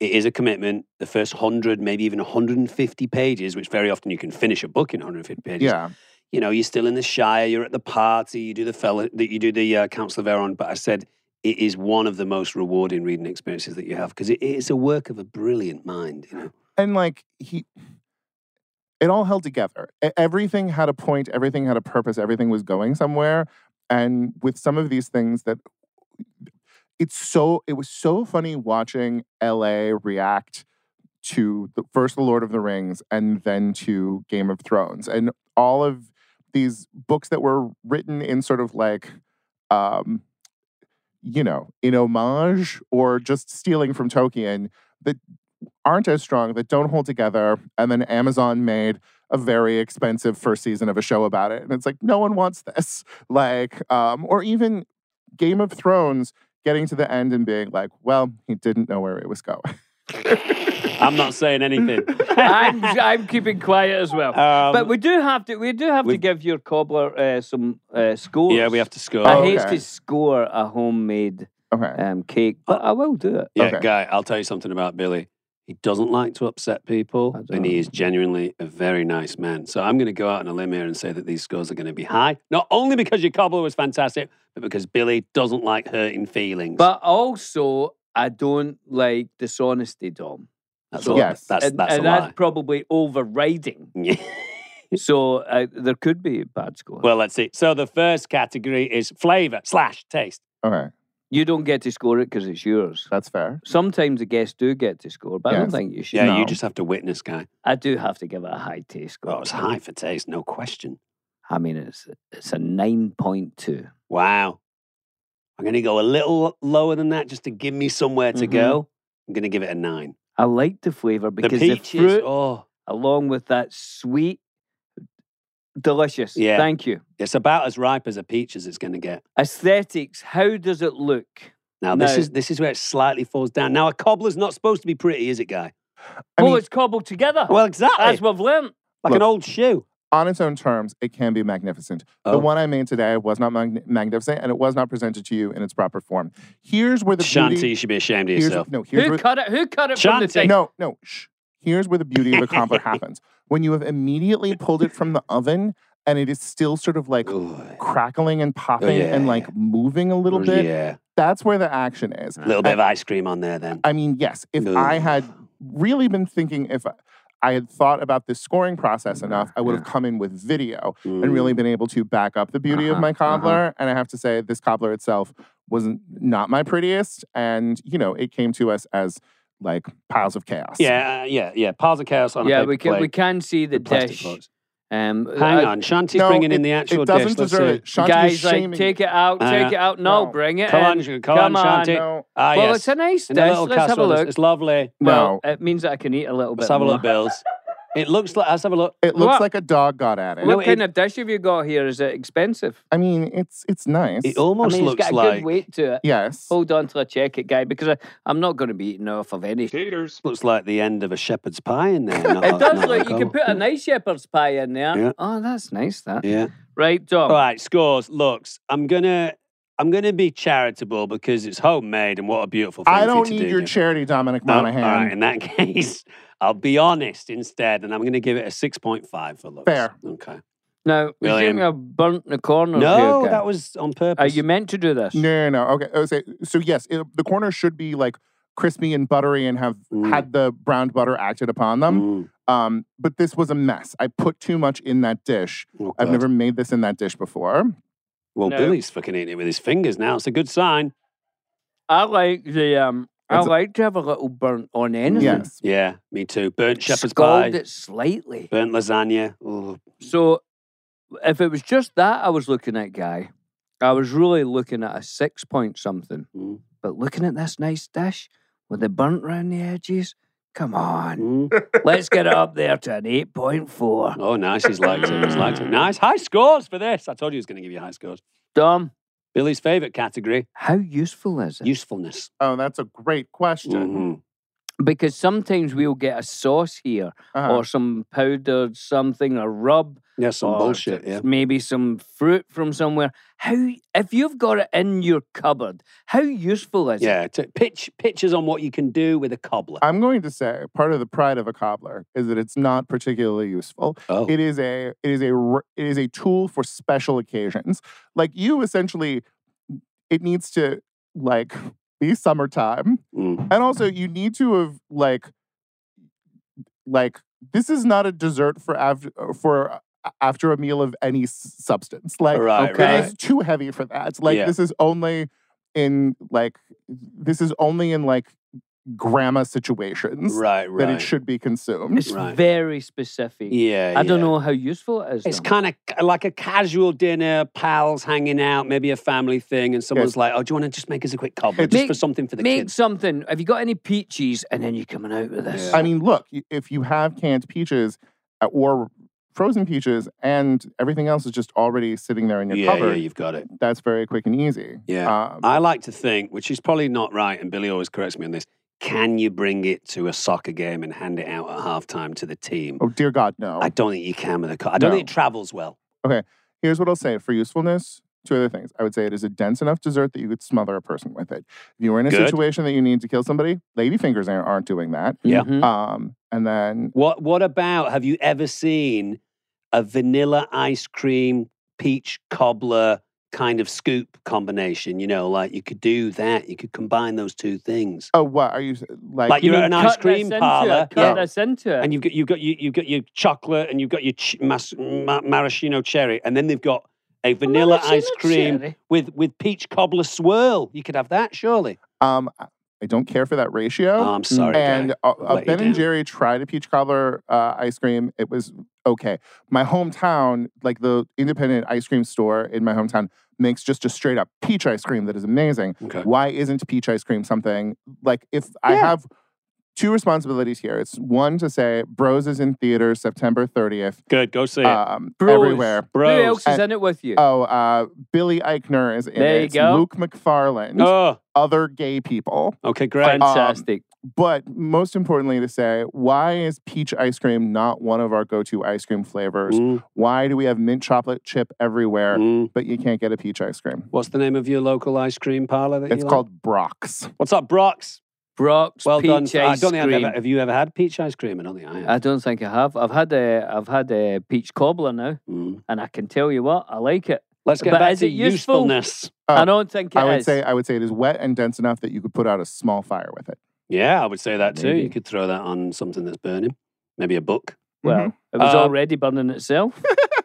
It is a commitment. The first 100, maybe even 150 pages, which very often you can finish a book in 150 pages.
yeah.
You know, you're still in the Shire, you're at the party, you do the fellow, you do the uh, Council of Elrond. But I said, it is one of the most rewarding reading experiences that you have because it is a work of a brilliant mind. You know,
And like he, it all held together. E- Everything had a point. Everything had a purpose. Everything was going somewhere. And with some of these things that it's so it was so funny watching LA react to the, first the Lord of the Rings and then to Game of Thrones and all of these books that were written in sort of like um you know in homage or just stealing from Tolkien that aren't as strong that don't hold together and then Amazon made a very expensive first season of a show about it. And it's like, no one wants this. Like, um, or even Game of Thrones getting to the end and being like, well, he didn't know where it was going.
I'm not saying anything.
I'm, I'm keeping quiet as well.
Um,
but we do have to we do have to give your cobbler uh, some uh, scores.
Yeah, we have to score.
I
Oh,
hate
okay.
to score a homemade um, cake, but I will do it.
Yeah, guy, I'll tell you something about Billy. He doesn't like to upset people, and he is genuinely a very nice man. So I'm going to go out on a limb here and say that these scores are going to be high, not only because your cobbler was fantastic, but because Billy doesn't like hurting feelings.
But also, I don't like dishonesty, Dom.
That's all- Yes. that's-
and,
that's a
and
lie.
that's probably overriding. so uh, there could be a bad score.
well, let's see. So the first category is flavor slash taste.
Okay.
You don't get to score it because it's yours.
That's fair.
Sometimes the guests do get to score, but I don't
Yes.
think you should.
Yeah, you just have to witness, guy.
I do have to give it a high taste score.
Oh, it's high for taste, no question.
I mean, it's it's a nine point two.
Wow. I'm going to go a little lower than that just to give me somewhere to
Mhm.
go. I'm going to give it a nine.
I like the flavour because the,
peaches,
fruit,
oh.
along with that sweet, delicious.
Yeah.
Thank you.
It's about as ripe as a peach as it's going to get.
Aesthetics. How does it look?
Now this
No.
is this is where it slightly falls down. Now a cobbler's not supposed to be pretty, is it, guy?
oh, it's cobbled together.
Well, exactly.
As we've learned.
Like an old shoe.
On its own terms, it can be magnificent.
Oh.
The one I made today was not mag- magnificent, and it was not presented to you in its proper form. Here's where the
Shanti,
beauty-
you should be ashamed of
Here's-
yourself.
no, here's
who
where-
cut it? Who cut it from the
Shanti.
thing?
No, no. Shh. Here's where the beauty of a cobbler happens. When you have immediately pulled it from the oven and it is still sort of like crackling and popping
yeah,
and like moving a little
Oh,
bit,
yeah.
that's where the action is.
A little bit of ice cream on there then.
I mean, yes, if I had really been thinking, if I- I had thought about this scoring
Mm-hmm.
process enough, I would have come in with video and
Mm.
really been able to back up the beauty of
Uh-huh,
my cobbler. And I have to say, this cobbler itself was n- not my prettiest. And, you know, it came to us as like piles of chaos.
Yeah, uh, yeah, yeah. Piles of chaos on a
yeah,
paper
we can
plate.
we can see the
with plastic
dish.
forks.
Um,
Hang on, Shanti's
No,
bringing in
it-
the
it
actual
doesn't
dish. let's see.
deserve
Uh,
it. Shanti is Guys, like, shaming- take it out, take it out. No, bring it
come
in.
On, come,
Come
on,
on.
Shanti.
No.
Ah,
Well,
yes.
it's a nice
In the
dish.
little
Let's have a
casserole.
look.
It's lovely.
Well, it means that I can eat a little bit.
Let's have a
more.
look, Bills. It looks like. Let's have a look.
It looks
What?
like a dog got at it.
What kind of dish have you got here? Is it expensive?
I mean, it's it's nice.
It almost
I mean,
looks
it's got a
like.
good weight to it.
Yes.
Hold on till I check it, guy, because I, I'm not going to be eating off of any. Cheaters.
Looks like the end of a shepherd's pie in there. not
It
a-
does
not
look.
a
You can
cobbler.
put a nice shepherd's pie in there.
Yeah.
Oh, that's nice. That.
Yeah.
Right, Dom.
All right, scores, looks. I'm gonna, I'm gonna be charitable because it's homemade and what a beautiful. thing
I
for you
don't
to
need
do,
your
Jim.
charity, Dominic
No,
Monaghan.
All right, in that case, I'll be honest instead, and I'm going to give it a 6.5 for looks.
Fair.
Okay.
Now, you
William.
think I burnt the corners
No,
here, guy?
that was on purpose.
Are you meant to do this?
No, no, no. Okay. Oh, So, so yes, it, the corners should be like crispy and buttery and have
Mm.
had the browned butter acted upon them. Um, but this was a mess. I put too much in that dish. I've
Oh, God.
never made this in that dish before.
Well,
No.
Billy's fucking eating it with his fingers now. It's a good sign.
I like the um. I
It's a-
like to have a little burnt on anything.
Yes.
Yeah, me too. Burnt shepherd's
Scald
pie,
it slightly.
burnt lasagna. Ooh.
So, if it was just that I was looking at, guy, I was really looking at a six point something.
Mm-hmm.
But looking at this nice dish with the burnt round the edges, come on, let's get it up there to an eight point four.
mm. Oh, nice. He's liked it. He's liked it. Nice. High scores for this. I told you he was going to give you high scores.
Dom,
Billy's favourite category
how useful is it?
usefulness.
Oh, that's a great question.
Mm-hmm.
because sometimes we'll get a sauce here
Uh-huh.
or some powdered something, a rub.
Yeah, some
or
bullshit, yeah.
Maybe some fruit from somewhere. How if you've got it in your cupboard, how useful is
Yeah,
it?
to pitch pictures on what you can do with a cobbler.
I'm going to say part of the pride of a cobbler is that it's not particularly useful.
Oh.
It is a it is a r- it is a tool for special occasions. Like you essentially it needs to like be summertime.
mm.
And also you need to have like like this is not a dessert for after for a- after a meal of any s- substance. Like
Right,
it is
right.
too heavy for that. Like
Yeah.
this is only in like this is only in like grandma situations
Right,
that
right.
it should be consumed.
It's very specific.
Yeah,
I don't
yeah.
know how useful it is.
It's
though.
kind of like a casual dinner, pals hanging out, maybe a family thing, and someone's
Yes.
like, "Oh, do you want to just make us a quick cobbler, just for
Make-
something for the
Make
kids?"
something. Have you got any peaches? And then you're coming out with this.
I mean, look, y- if you have canned peaches uh, or frozen peaches and everything else is just already sitting there in your
Yeah, yeah,
cupboard,
you've got it.
That's very quick and easy.
Yeah.
Um,
I like to think, which is probably not right, and Billy always corrects me on this. Can you bring it to a soccer game and hand it out at halftime to the team?
oh dear God, no.
I don't think you can with a car. I don't
No.
think it travels well.
Okay, here's what I'll say for usefulness. Two other things. I would say it is a dense enough dessert that you could smother a person with it. If you were in a
Good.
situation that you need to kill somebody, ladyfingers aren't, aren't doing that.
Yeah.
Um, and then
What What about? Have you ever seen a vanilla ice cream peach cobbler kind of scoop combination? You know, like you could do that. You could combine those two things.
oh, what are you s- like?
Like you're at an ice
cut this
cream
into it,
parlor,
cut
yeah,
this into it.
and you've got you've got you, you've got your chocolate and you've got your ch- mas- ma- maraschino cherry, and then they've got a vanilla
maraschino
ice cream
cherry?
with with peach cobbler swirl. You could have that surely.
Um, I don't care for that ratio.
Oh, I'm sorry,
And
Guy.
uh,
I've
uh,
let you
Ben and
down.
Jerry tried a peach cobbler uh, ice cream. It was okay. My hometown, like the independent ice cream store in my hometown, makes just a straight up peach ice cream that is amazing.
Okay.
Why isn't peach ice cream something like if I have two responsibilities here? It's one to say Bros is in theaters September 30th.
Good, go see it.
Um,
Bros.
everywhere.
uh, Who else
Bros.
is in it with you?
Oh, uh, Billy Eichner is in
There
it.
you
It's
go.
Luke McFarland.
Oh,
Other gay people.
okay, great.
Fantastic.
But most importantly, to say, why is peach ice cream not one of our go to ice cream flavors?
Mm,
Why do we have mint chocolate chip everywhere,
mm.
but you can't get a peach ice cream?
What's the name of your local ice cream parlor? That
It's
you like?
called Brock's.
What's up, Brock's?
Brock's
Well
peach
done.
ice
I don't think I've
cream. Uh,
ever, have you ever had peach ice cream? I don't think I have.
I don't think I have. I've had a, I've had a peach cobbler now,
Mm.
and I can tell you what, I like it.
Let's get
But
back
is
to
it useful?
usefulness.
Oh,
I don't think it
I would
is.
say I would say it is wet and dense enough that you could put out a small fire with it.
Yeah, I would say that too.
Maybe.
You could throw that on something that's burning, maybe a book.
well, it was
Uh,
already burning itself.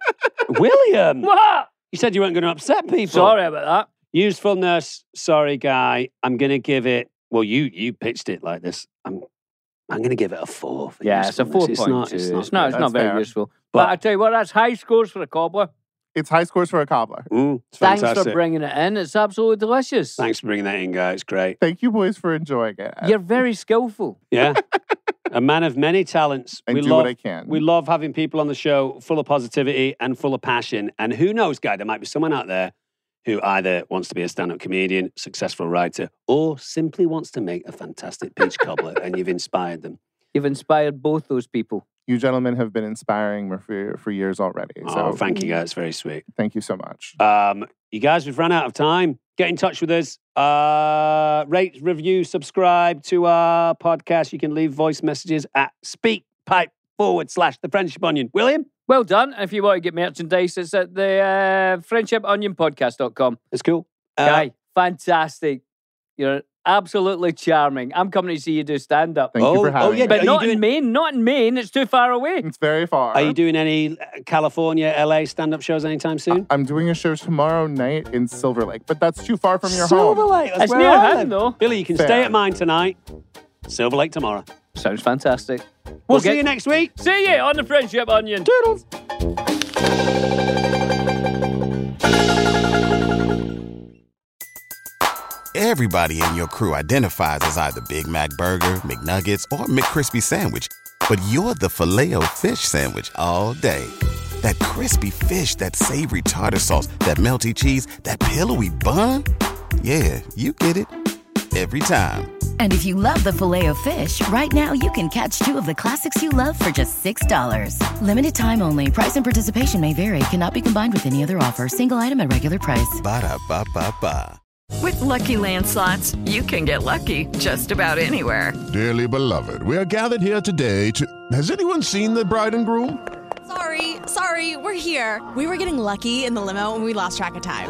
William,
what?
you said you weren't going to upset people.
Sorry about that.
Usefulness. Sorry, guy. I'm going to give it. Well, you you pitched it like this. I'm I'm going to give it a four. For
Yeah, it's a four
usefulness.
point two.
It's not. It's not.
not,
good.
it's not
That's
very
fair.
useful. But,
But-
I tell you what, that's high scores for a cobbler.
It's high scores for a cobbler.
Mm, it's
Thanks
fantastic.
for bringing it in. It's absolutely delicious.
Thanks for bringing that in, guy. It's great.
Thank you boys for enjoying it.
You're very skillful.
Yeah. a man of many talents.
I
we
do
love
what I can.
We love having people on the show full of positivity and full of passion. And who knows, guy, there might be someone out there who either wants to be a stand up comedian, successful writer, or simply wants to make a fantastic peach cobbler, and you've inspired them.
You've inspired both those people.
you gentlemen have been inspiring me for, for years already. So
oh, thank you, guys. It's very sweet.
thank you so much.
Um, you guys, we've run out of time. Get in touch with us. Uh, rate, review, subscribe to our podcast. You can leave voice messages at speakpipe forward slash the friendship onion. William,
Well done. If you want to get merchandise, it's at the uh, friendshiponionpodcast.com.
it's cool. Uh,
Guy, fantastic. You're absolutely charming. I'm coming to see you do stand up.
Thank you
oh,
for
oh,
having
yeah,
me.
But
you
not
doing-
in Maine. Not in Maine. It's too far away.
It's very far.
Are you doing any uh, California, LA stand up shows anytime soon?
I'm doing a show tomorrow night in Silver Lake, but that's too far from your
Silver
home.
Lake. That's
It's
where
near
I
him,
live.
though.
Billy, you can
Fair.
stay at mine tonight. Silver Lake tomorrow.
Sounds fantastic.
We'll, see
get-
you next week.
See you on the Friendship Onion. Toodles.
Everybody in your crew identifies as either Big Mac Burger, McNuggets, or McCrispy Sandwich. But you're the filet fish Sandwich all day. That crispy fish, that savory tartar sauce, that melty cheese, that pillowy bun. Yeah, you get it. Every time.
And if you love the filet of fish, right now you can catch two of the classics you love for just $6. Limited time only. Price and participation may vary. Cannot be combined with any other offer. Single item at regular price.
Ba-da-ba-ba-ba.
With Lucky Land slots, you can get lucky just about anywhere.
Dearly beloved, we are gathered here today to. Has anyone seen the bride and groom?
Sorry, sorry, we're here. We were getting lucky in the limo and we lost track of time.